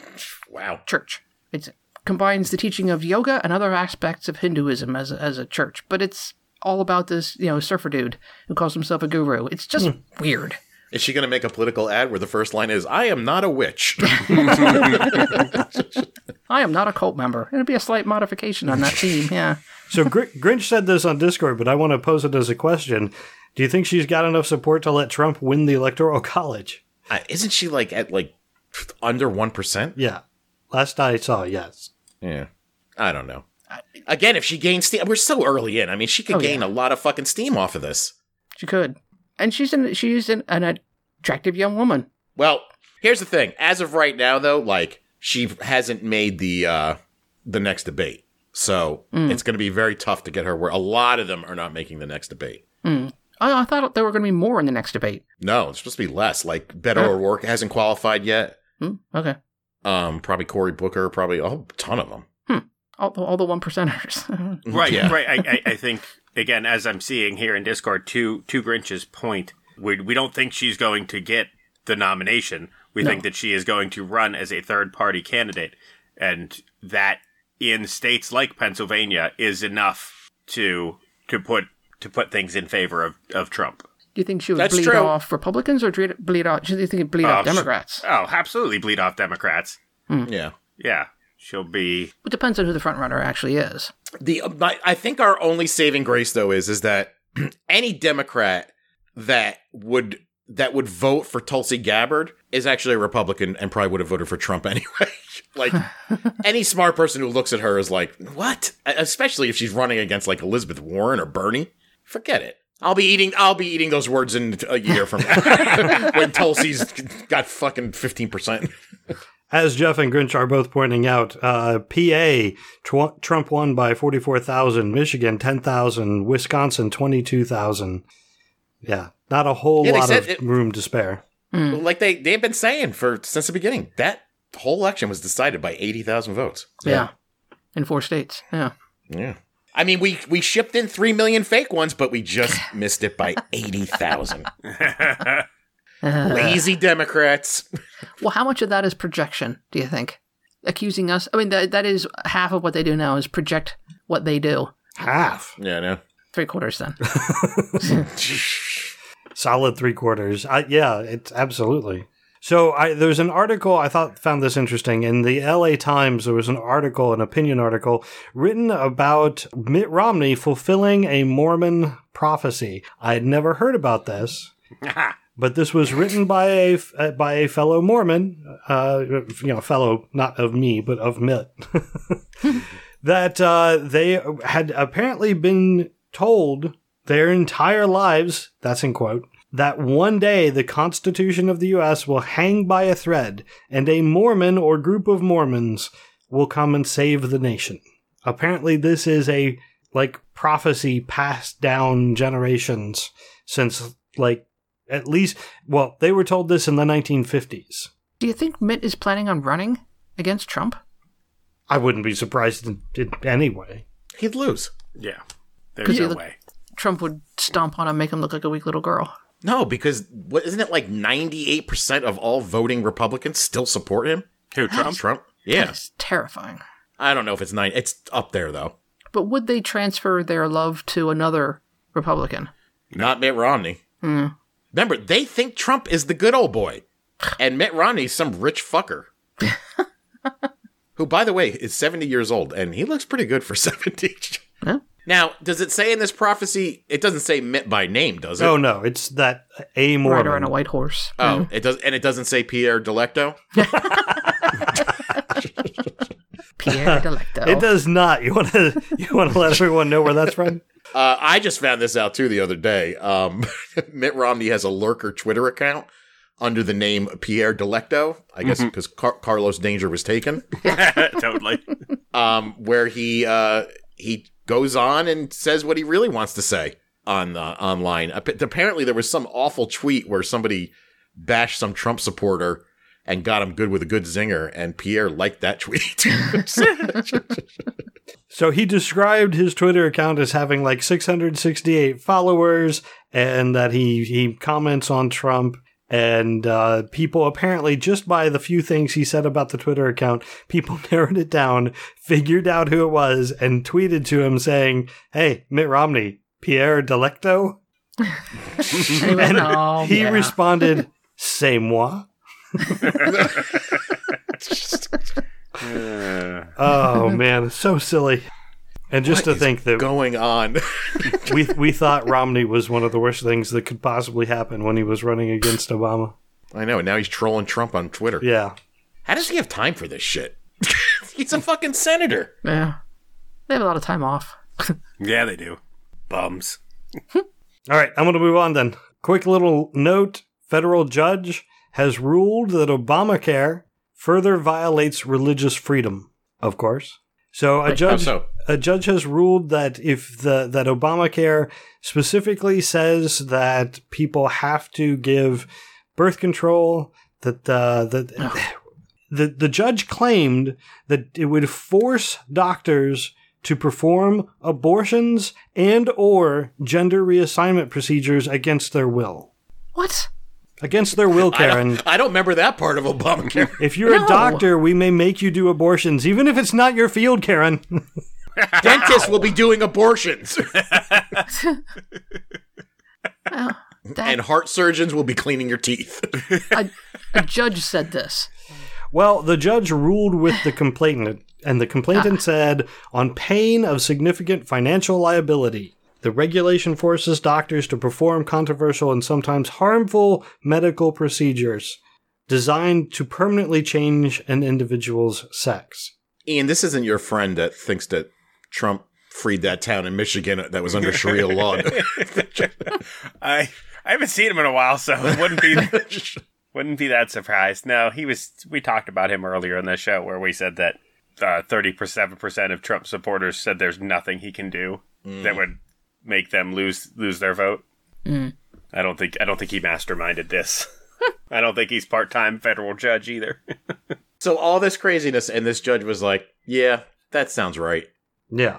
Wow.
church. It combines the teaching of yoga and other aspects of Hinduism as a, as a church, but it's all about this, you know, surfer dude who calls himself a guru. It's just
Hmm.
weird.
Is she going to make a political ad where the first line is, I am not
<laughs>
a witch?
I am not a cult member. It'll be a slight modification on that
<laughs>
theme, yeah.
so Gr- Grinch said this on Discord, but I want to pose it as a question. Do you think she's got enough support to let Trump win the Electoral <laughs> College?
uh, isn't she like at like under 1%?
Yeah. Last I saw, yes.
Yeah. I don't know. Again, if she gains steam, we're so early in. I mean, she could
Oh,
gain a lot of fucking steam off of this.
She could. And she's an she's an, an attractive young woman.
Well, here's the thing. As of right now, though, like she hasn't made the uh the next debate, so it's going to be very tough to get her. Where a lot of them are not making the next debate.
I, I thought there were going to be more in the next debate.
No, it's supposed to be less. Like Beto
Huh.
O'Rourke hasn't qualified yet.
Hmm, okay.
Um, probably Cory Booker. Probably a whole ton of them.
All, the- all the one percenters. <laughs>
Right,
Yeah.
right. I, I, I think again, as I'm seeing here in Discord, to to Grinch's point, we we don't think she's going to get the nomination. We think that she is going to run as a third party candidate, and that in states like Pennsylvania is enough to to put to put things in favor of, of Trump.
Do you think she would
That's
bleed
true.
off Republicans or bleed, bleed off? Do you think it'd bleed off
Oh, sh-
Democrats?
Oh, absolutely bleed off Democrats.
Yeah.
Yeah, she'll be
It depends on who the front runner actually is.
the my, I think our only saving grace though is is that <clears throat> any Democrat that would that would vote for Tulsi Gabbard is actually a Republican and probably would have voted for Trump <laughs> anyway. like any smart person who looks at her is like, what? E, Especially if she's running against like Elizabeth Warren or Bernie. Forget it. I'll be eating. I'll be eating those words in a year from now <laughs> when Tulsi's got fucking fifteen percent.
As Jeff and Grinch are both pointing out, uh, PA, tw- Trump won by 44,000, Michigan 10,000, Wisconsin 22,000. Yeah, not a whole
Yeah, they
lot
said
of
it-
room to spare.
Well, like they they've been saying for since the beginning that whole election was decided by 80,000 votes.
Yeah. In four states. Yeah.
Yeah. I mean, we we shipped in 3 million fake ones, but we just missed it by 80,000.
Uh-huh.
Lazy Democrats.
Well, how much of that is projection, do you think? Accusing us? I mean, that, that is half of what they do now is project what they do.
Half.
Yeah, no.
Three
<laughs>
quarters then.
Solid three quarters. I, yeah, it's absolutely. So I, there's an article I thought found this interesting in the L.A. Times. There was an article, an opinion article, written about Mitt Romney fulfilling a Mormon prophecy. I had never heard about this. but this was written by a f- uh, by a fellow Mormon, uh, you know, fellow not of me but of Mitt, that uh, they had apparently been told their entire lives. That's in quote. That one day the Constitution of the U.S. will hang by a thread, and a Mormon or group of Mormons will come and save the nation. Apparently, this is a like prophecy passed down generations since like at least well they were told this in the 1950s
do you think Mitt is planning on running against Trump?
i wouldn't be surprised in, in any way
<laughs> He'd lose.
yeah.
Could
There's
you
no
look-
way.
Trump would stomp on him, make him look like a weak little girl.
No, because what isn't it like 98% of all voting Republicans still support him?
Who
<gasps>
Trump?
Trump? Yeah.
It's terrifying.
I don't know if it's 9 it's up there though.
But would they transfer their love to another Republican?
Not Mitt Romney. Remember, they think Trump is the good old boy, and Mitt Romney's some rich fucker. Who, by the way, is 70 years old, and he looks pretty good for <laughs> 70.
Yeah.
Now, does it say in this prophecy? It doesn't say Mitt by name, does it?
oh no it's that a mormon
Rider on a white horse.
Uh, <laughs>
Oh, it does, and it doesn't say Pierre Delecto.
Pierre Delecto.
it does not you want to <laughs> you want to let everyone know where that's from
Uh, I just found this out too the other day. Um, <laughs> Mitt Romney has a lurker Twitter account under the name Pierre Delecto. I guess because Car- Carlos Danger was taken.
<laughs> totally.
um, where he uh, he goes on and says what he really wants to say on uh, online. Ap- Apparently, there was some awful tweet where somebody bashed some Trump supporter and got him good with a good zinger, and Pierre liked that tweet.
<laughs>
<laughs>
<laughs> so he described his twitter account as having like 668 followers and that he he comments on trump and uh, people apparently just by the few things he said about the twitter account people <laughs> narrowed it down figured out who it was and tweeted to him saying hey mitt romney pierre delecto
and <laughs> oh,
He
yeah.
responded, "C'est
<laughs>
moi." Oh man, so silly. And just to
What is
think that
going on.
we we thought Romney was one of the worst things that could possibly happen when he was running against Obama.
I know. And now he's trolling Trump on Twitter.
Yeah.
How does he have time for this shit? <laughs> he's a fucking senator.
yeah. They have a lot of time off.
Yeah, they do. Bums.
All right, I'm going to move on then. Quick little note federal judge has ruled that Obamacare further violates religious freedom, of course. So a judge
Oh, so?
a judge has ruled that if the that Obamacare specifically says that people have to give birth control that uh, that the the judge claimed that it would force doctors to perform abortions and or gender reassignment procedures against their will.
What?
Against their will,
I
Karen.
don't, I don't remember that part
<laughs>
of Obamacare.
If you're
No.
a doctor, we may make you do abortions, even if it's not your field, Karen.
Dentists will be doing abortions, <laughs>
That,
and heart surgeons will be cleaning your teeth.
a, a judge said this.
Well, the judge ruled with the complainant, and the complainant said, on pain of significant financial liability, the regulation forces doctors to perform controversial and sometimes harmful medical procedures designed to permanently change an individual's sex.
Ian, this isn't your friend that thinks that Trump freed that town in Michigan that was under Sharia law.
<laughs> I I haven't seen him in a while, so it
<laughs>
wouldn't be wouldn't be that surprised. No, he was. We talked about him earlier in the show where we said that uh, thirty seven percent of Trump supporters said there's nothing he can do
Mm.
that would make them lose lose their vote.
Mm.
I don't think I don't think he masterminded this. <laughs> I don't think he's part time federal judge either. <laughs>
so all this craziness, and this judge was like, "Yeah, that sounds right."
Yeah.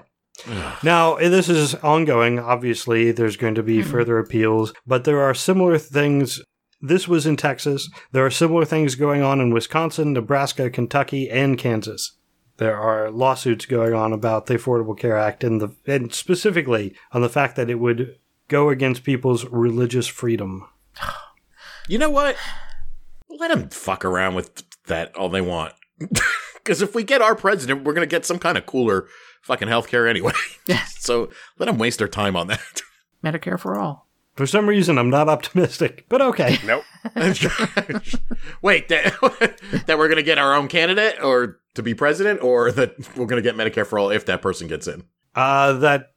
now, this is ongoing. Obviously, there's going to be further appeals, but there are similar things. This was in Texas. There are similar things going on in Wisconsin, Nebraska, Kentucky, and Kansas. There are lawsuits going on about the Affordable Care Act and the and specifically on the fact that it would go against people's religious freedom.
You know what? Let them fuck around with that all they want. <laughs> Because if we get our president, we're gonna get some kind of cooler fucking healthcare anyway. so let them waste their time on that. <laughs>
Medicare for all.
For some reason, I'm not optimistic, but okay.
nope.
Wait, that, <laughs> that we're gonna get our own candidate or to be president, or that we're gonna get Medicare for all if that person gets in.
Uh, that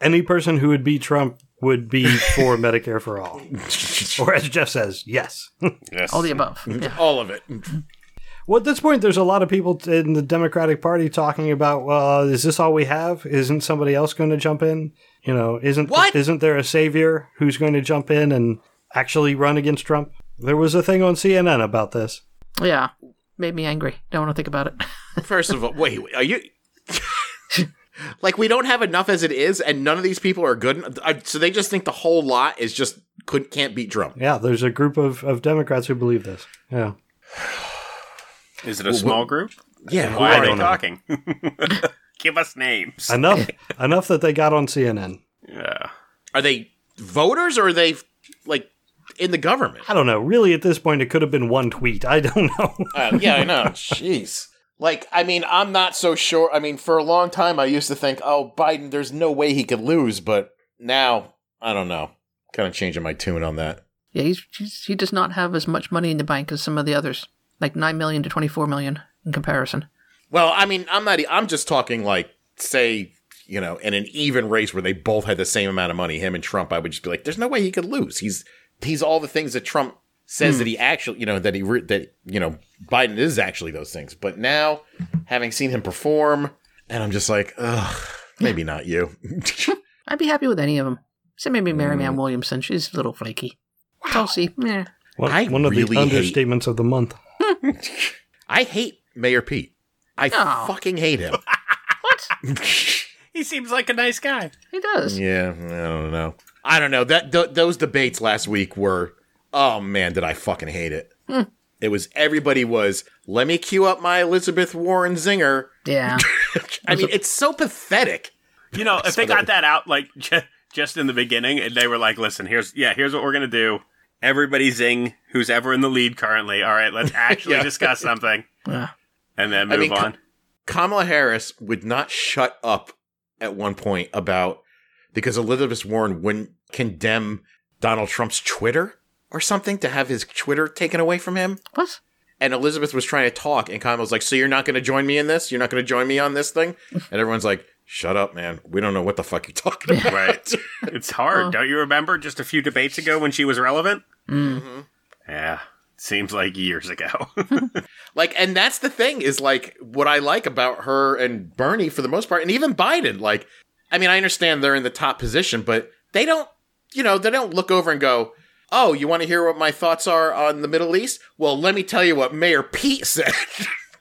any person who would beat Trump would be for Medicare for all. Or as Jeff says, yes. <laughs>
Yes.
All the
<laughs>
above. Yeah.
All of it.
Well, at this point, there's a lot of people t- in the Democratic Party talking about, well, is this all we have? Isn't somebody else going to jump in? You know, isn't
What?
isn't there a savior who's going to jump in and actually run against Trump? There was a thing on CNN about this.
yeah. Made me angry. Don't want to think about it. <laughs>
First of all, wait, are you? <laughs> like we don't have enough as it is, and none of these people are good. en- I- So they just think the whole lot is just could can't beat Trump.
Yeah, there's a group of, of Democrats who believe this. Yeah.
Is it a small group?
Yeah,
Why are
I
they
don't know.
talking? <laughs> Give us names.
Enough enough that they got on CNN.
yeah.
are they voters or are they like in the government?
I don't know. Really, at this point, it could have been one tweet. I don't <laughs> know.
Uh, yeah, I know. <laughs> Jeez. Like, I mean, I'm not so sure. I mean, for a long time, I used to think, oh, Biden, there's no way he could lose. But now, I don't know. Kind of changing my tune on that.
Yeah, he's, he's he does not have as much money in the bank as some of the others, like nine million to twenty four million in comparison.
Well, I mean, I'm not, e, I'm just talking like, say, you know, in an even race where they both had the same amount of money, him and Trump, I would just be like, there's no way he could lose. He's, he's all the things that Trump says that he actually, you know, that he, re- that, you know, Biden is actually those things. But now, having seen him perform, and I'm just like, ugh, maybe not you. <laughs>
I'd be happy with any of them. Except maybe Mary
Mm.
Ann Williamson. She's a little flaky. Tulsi, meh.
One,
I
one of
really
the
hate-
understatements of the month.
I hate Mayor Pete. I
Aw.
fucking hate him.
What?
He seems like a nice guy.
he does.
yeah, I don't know. I don't know. That th- those debates last week were oh man, did I fucking hate it. It was everybody was let me cue up my Elizabeth Warren <laughs> zinger.
<laughs>
Yeah.
I mean, it's so pathetic. <laughs>
You know, if they got that out like <laughs> ju- just in the beginning, and they were like, "Listen, here's yeah, here's what we're gonna do. Everybody zing, who's ever in the lead currently. All
<laughs>
right, let's actually
Yeah.
discuss something,
Yeah.
and
<laughs>
then
I
move
mean,
on."
Kamala Harris would not shut up at one point about because Elizabeth Warren wouldn't condemn Donald Trump's Twitter or something to have his Twitter taken away from him.
What?
and Elizabeth was trying to talk, and Kyle was like, "So you're not going to join me in this? You're not going to join me on this thing?" And everyone's like, "Shut up, man. We don't know what the fuck you're talking about." <laughs>
right, it's hard. Don't you remember just a few debates ago when she was relevant? Mm-hmm. Yeah, seems like years ago. <laughs>
Like, and that's the thing is like what I like about her and Bernie for the most part, and even Biden. Like, I mean, I understand they're in the top position, but they don't, you know, they don't look over and go. Oh, you want to hear what my thoughts are on the Middle East? <laughs> Well, let me tell you what Mayor Pete said.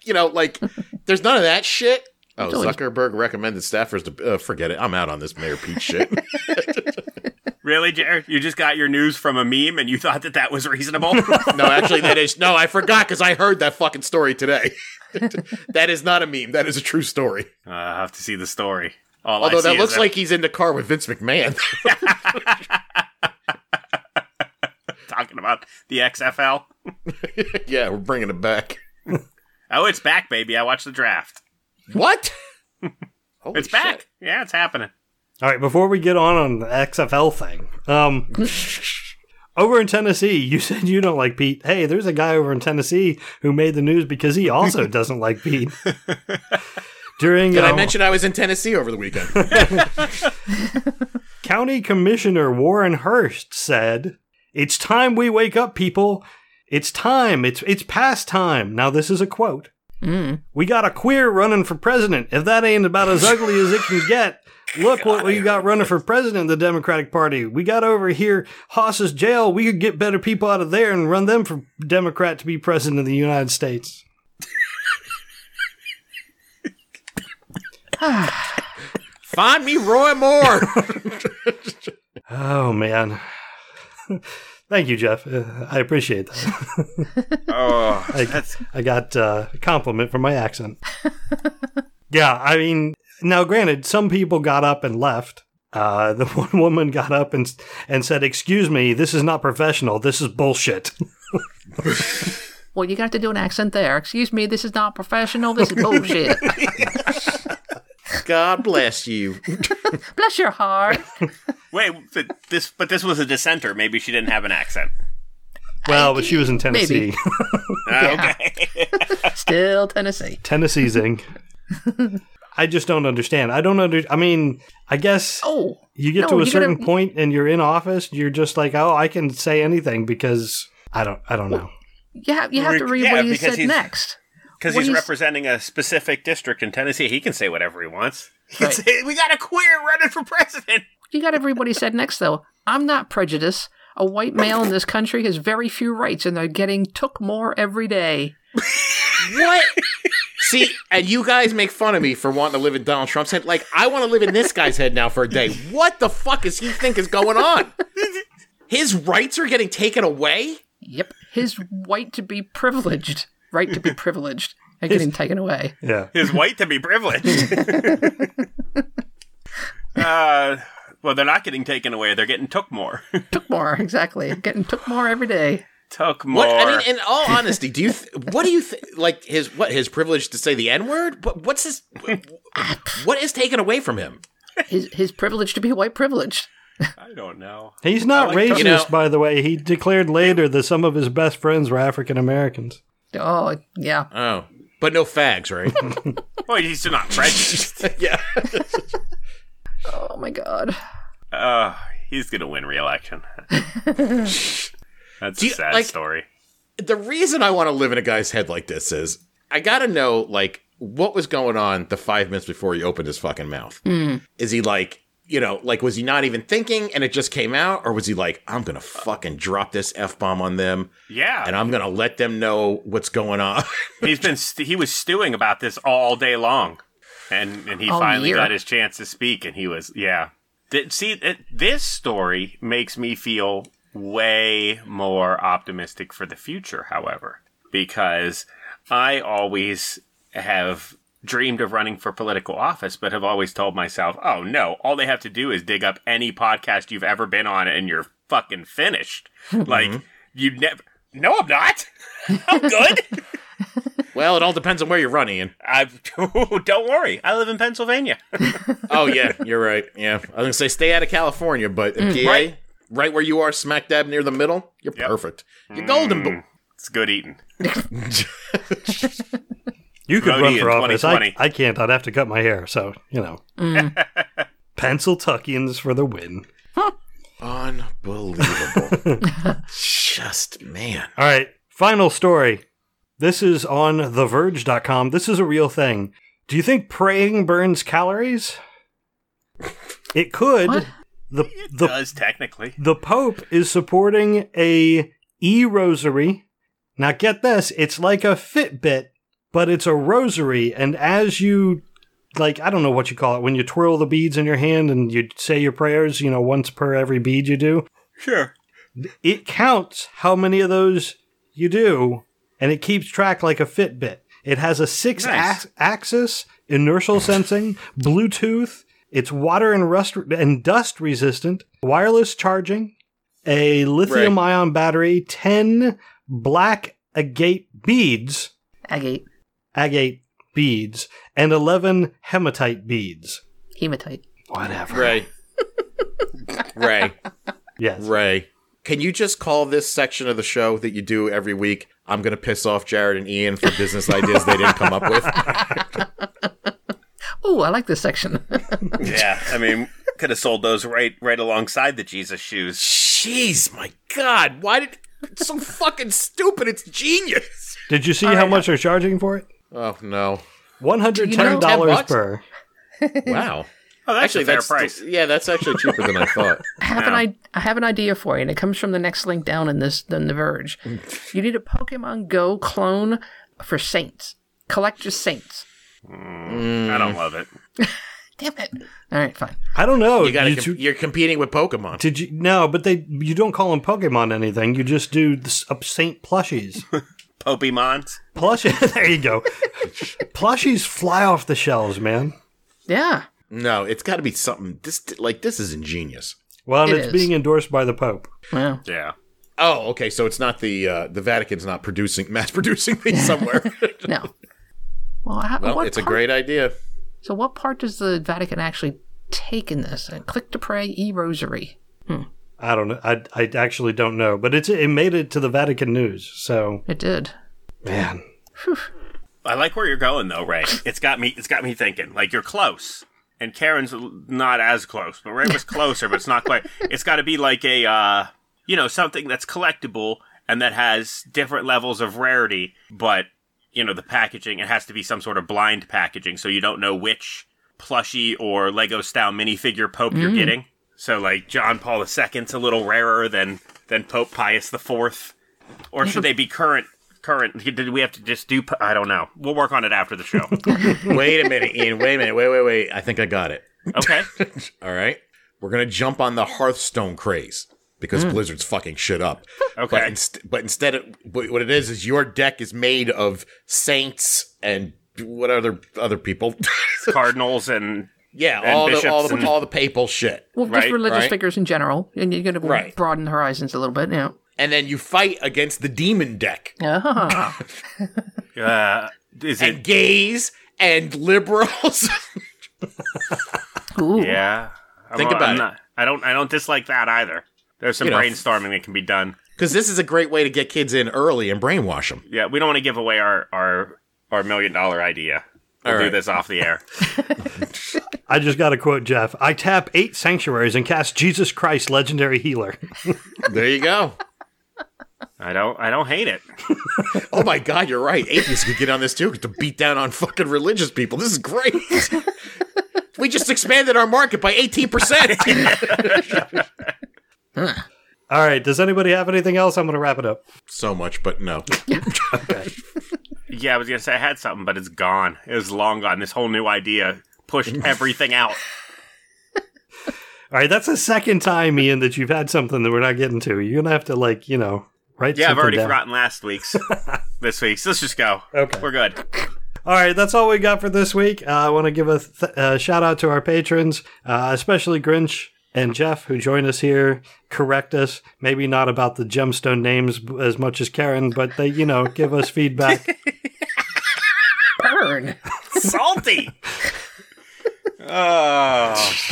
you know, like, there's none of that shit. Oh,
It's always-
Zuckerberg recommended staffers to uh, forget it. I'm out on this Mayor Pete shit.
Really, Jared? You just got your news from a meme and you thought that that
<laughs>
was reasonable? <laughs>
no, actually, that is no. I forgot because I heard that fucking story today. <laughs> that is not a meme. That is a true story.
I have to see the story. All Oh, I
Although that
see
looks
is
like he's in the car with Vince McMahon. <laughs>
talking about the XFL.
yeah, we're bringing it back.
Oh, it's back, baby. I watched the draft. <laughs>
What? Holy
It's
shit.
back. Yeah, it's happening.
All right, before we get on on the XFL thing,
<laughs>
um, over in Tennessee, you said you don't like Pete. Hey, there's a guy over in Tennessee who made the news because he
<laughs>
also doesn't like Pete. During
Did I
uh,
mention I was in Tennessee over the weekend? <laughs>
County Commissioner Warren Hurst said, "It's time we wake up, people. It's time. It's it's past time." Now this is a quote. We got a queer running for president. If that ain't about as ugly as it can get, look what we got running for president. of The Democratic Party. We got over here Haas's jail. We could get better people out of there and run them for Democrat to be president of the United States.
Find me Roy
<laughs>
Moore.
Oh man. Thank you, Jeff. Uh, I appreciate that.
<laughs>
<laughs>
Oh,
I, I got uh, a compliment for my accent. <laughs> yeah, I mean, now granted, some people got up and left. Uh, <laughs> the one woman got up and and said, "Excuse me, this is not professional. This is bullshit." <laughs>
Well, you got to do an accent there. Excuse me, this is not professional. This is
<laughs>
bullshit.
God bless you.
Bless your heart.
wait. But this, but this was a dissenter. Maybe she didn't have
<laughs>
an accent.
Well, but she was in Tennessee.
Maybe.
<laughs>
Uh,
Yeah.
Okay.
Still Tennessee.
Tennessee's
<laughs>
ing. I just don't understand. I don't under. I mean, I guess
Oh,
you get
no,
to a
you gotta-
certain point and you're in office. You're just like, oh, I can say anything because I don't. I don't know.
you have, you have to
Rick-
read
yeah,
what he
because
said
he's-
next.
Because
What
he's
he's-
representing a specific district in Tennessee, he can say whatever he wants. He can
Right.
say, "We got a queer running for president."
You got everybody said next though. I'm not prejudiced. A white male in this country has very few rights, and they're getting took more every day.
What? See, and you guys make fun of me for wanting to live in Donald Trump's head. Like, I want to live in this guy's head now for a day. What the fuck is he think is going
<laughs>
on? His rights are getting taken away?
Yep, his right to be privileged, right to be privileged, are getting taken away.
Yeah.
His white to
<laughs>
be privileged. uh, well, they're not getting taken away. They're getting took more. <laughs>
Took more exactly. Getting took more every day.
took more.
What? I mean, in all honesty, do you? Th- what do you think? Like his what? His privilege to say the n word? What, what's his? What is taken away from him?
His his privilege to be white privileged.
I don't know.
He's not
like
racist,
to-
You know-
by the way. He declared later that some of his best friends were African Americans.
Oh yeah,
Oh, but no fags, right?
Well, he's not prejudiced.
<laughs> yeah.
Oh my god. <laughs>
uh, he's gonna
<laughs>
win re-election. That's
Do
a
you-
sad
like-
story.
the reason I want to live in a guy's head like this is I gotta know like what was going on the five minutes before he opened his fucking mouth. Is he like you know like was he not even thinking and it just came out or was he like I'm gonna fucking drop this f bomb on them
Yeah,
and I'm gonna let them know what's going on. <laughs>
he's been st- he was stewing about this all day long, and and he
All
finally
year.
got his chance to speak, and he was yeah. Th- see, it, this story makes me feel way more optimistic for the future, however, because I always have dreamed of running for political office, but have always told myself, oh no, all they have to do is dig up any podcast you've ever been on and you're fucking
<laughs>
finished.
Mm-hmm.
like, you never. No, I'm not. <laughs> I'm good.
well, it all depends on where you're running. in.
I <laughs> don't worry. I live in Pennsylvania.
Oh yeah, you're right. Yeah, I was gonna say stay out of California, but in PA, right.
Right.
where you are, smack dab near the middle, you're
Yep.
perfect. You're golden. But
It's good eating. Mm.
You could
Brody
run
in
for office. I,
2020.
I can't. I'd have to cut my hair. So, you know.
Mm.
<laughs>
Pennsylvanians for the win.
<laughs>
Unbelievable. Just man.
All right. Final story. This is on TheVerge.com. This is a real thing. Do you think praying burns calories? It could.
What?
The, the
does technically.
The Pope is supporting a e rosary. Now get this, it's like a Fitbit, but it's a rosary, and as you like I don't know what you call it when you twirl the beads in your hand and you say your prayers, you know, once per every bead you do.
Sure.
It counts how many of those you do, and it keeps track like a Fitbit. It has a six
Nice.
ax- axis inertial sensing, Bluetooth. It's water and rust and dust resistant, wireless charging, a lithium ion battery, ten black agate beads,
Agate,
agate beads, and eleven hematite beads.
hematite.
Whatever.
Ray. Ray.
Yes.
Ray. Can you just call this section of the show that you do every week? I'm going to piss off Jared and Ian for business ideas they didn't come up
<laughs>
with.
Oh, I like this section. <laughs>
Yeah. I mean, could have sold those right right alongside the Jesus shoes.
Jeez, my God. Why did. It's so fucking stupid. It's genius.
Did you see how much they're charging for it?
Oh, no.
One hundred ten
$10
dollars
bucks?
per.
Wow.
Oh, that's a fair
that's
price.
yeah, that's actually cheaper than I <laughs> thought.
I have an I, I have an idea for you, and it comes from the next link down in this than the
<laughs>
Verge. you need a Pokemon Go clone for Saints. Collect your Saints.
I don't love it.
Damn it! All right, fine.
I don't know.
You gotta
You
com-
two-
you're competing with Pokemon.
Did you no? But they you don't call them Pokemon anything. You just do this, uh, Saint
<laughs>
plushies.
Mm. Pokemons.
Plushies. <laughs> there you go. plushies fly off the shelves, man.
Yeah,
No, it's got to be something. This like this is ingenious.
Well, and
It
it's
is.
being endorsed by the Pope.
wow.
Yeah.
Oh, okay. So it's not the uh, the Vatican's not producing <laughs> mass producing these somewhere.
No. Well, I,
<laughs> well,
what
it's a
part-
great idea.
So, what part does the Vatican actually take in this? Uh, click to pray, e rosary.
I don't know. I, I actually don't know, but it's it made it to the Vatican news. So
It did.
man,
I like where you're going though, Ray. It's got me. It's got me thinking. Like you're close, and Karen's not as close, but Ray was closer, but it's not quite. It's got to be like a, uh, you know, something that's collectible and that has different levels of rarity, but you know, the packaging. It has to be some sort of blind packaging, so you don't know which plushie or Lego style minifigure Pope you're getting. So like John Paul II's a little rarer than than Pope Pius the Fourth or should they be current? Current? Did we have to just do? I don't know. We'll work on it after
<laughs>
the show.
Wait a minute, Ian. Wait a minute. Wait, wait, wait. I think I got it.
Okay.
All right. We're gonna jump on the Hearthstone craze because Blizzard's fucking shit <laughs> up. But,
Okay.
inst- but instead, of, but what it is is your deck is made of saints and what other other people?
Cardinals and
yeah,
And
all the,
bishops
all the
and-
all the papal shit.
Well, just
Right,
religious
right.
figures in general, and you're going to
Right.
broaden the horizons a little bit. Yeah.
and then you fight against the demon deck
Ah.
uh, is
and
it?
gays and liberals.
<laughs>
<laughs>
Ooh.
Yeah. I'm-
Think about
I'm
it.
not- I don't. I don't dislike that either. There's some
You know.
brainstorming that can be done.
Because this is a great way to get kids in early and brainwash them.
Yeah, we don't want to give away our our our million dollar idea. We'll
All
do
right.
this off the air.
I just got to quote Jeff. I tap eight sanctuaries and cast Jesus Christ, legendary healer. <laughs>
There you go.
I don't. I don't hate it.
oh my God, you're right. Atheists could get on this too to beat down on fucking religious people. This is great. <laughs> we just expanded our market by 18%.
All right. Does anybody have anything else? I'm going to wrap it up.
<laughs> so much, but no.
Yeah, I was gonna say I had something, but it's gone. It was long gone. This whole new idea
<laughs>
pushed everything out.
All right, that's the second time, Ian, that you've had something that we're not getting to. You're gonna have to like, you know, write.
Yeah, I've
something
already
down.
forgotten
<laughs>
last week's. this week's. Let's just go.
Okay.
We're good.
All right, that's all we got for this week. Uh, I want to give a th- uh, shout out to our patrons, uh, especially Grinch and Jeff, who joined us here. Correct us, maybe not about the gemstone names b- as much as Karen, but they, you know, give us <laughs> feedback.
Burn.
Salty. oh.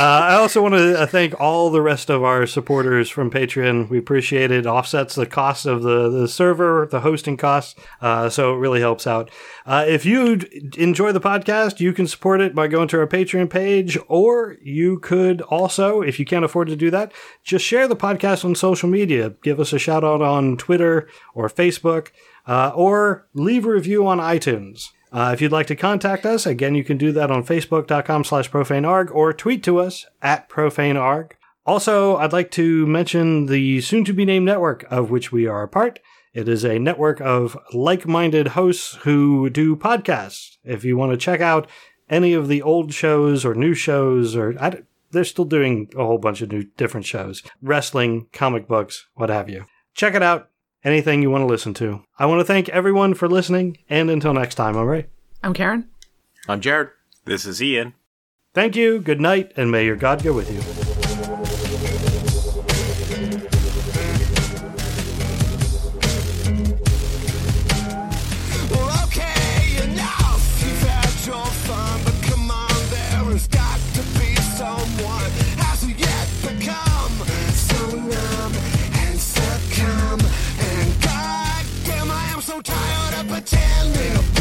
Uh, I also want to uh, thank all the rest of our supporters from Patreon. We appreciate it. Offsets the cost of the, the server, the hosting costs, uh, so it really helps out. Uh, if you d- enjoy the podcast, you can support it by going to our Patreon page, or you could also, if you can't afford to do that, just share the podcast on social media. Give us a shout out on Twitter or Facebook, uh, or leave a review on iTunes. Uh, if you'd like to contact us, again, you can do that on facebook.com slash profanearg or tweet to us at profanearg. Also, I'd like to mention the soon to be named network of which we are a part. It is a network of like minded hosts who do podcasts. If you want to check out any of the old shows or new shows or I don't- they're still doing a whole bunch of new different shows wrestling comic books what have you check it out anything you want to listen to i want to thank everyone for listening and until next time all right
I'm Karen.
I'm Jared.
This is Ian.
thank you good night and may your god go with you
Well, okay, enough. You've had your fun, but come on, there has got to be someone. Hasn't yet become so numb and succumb. And goddamn, I am so tired of pretending.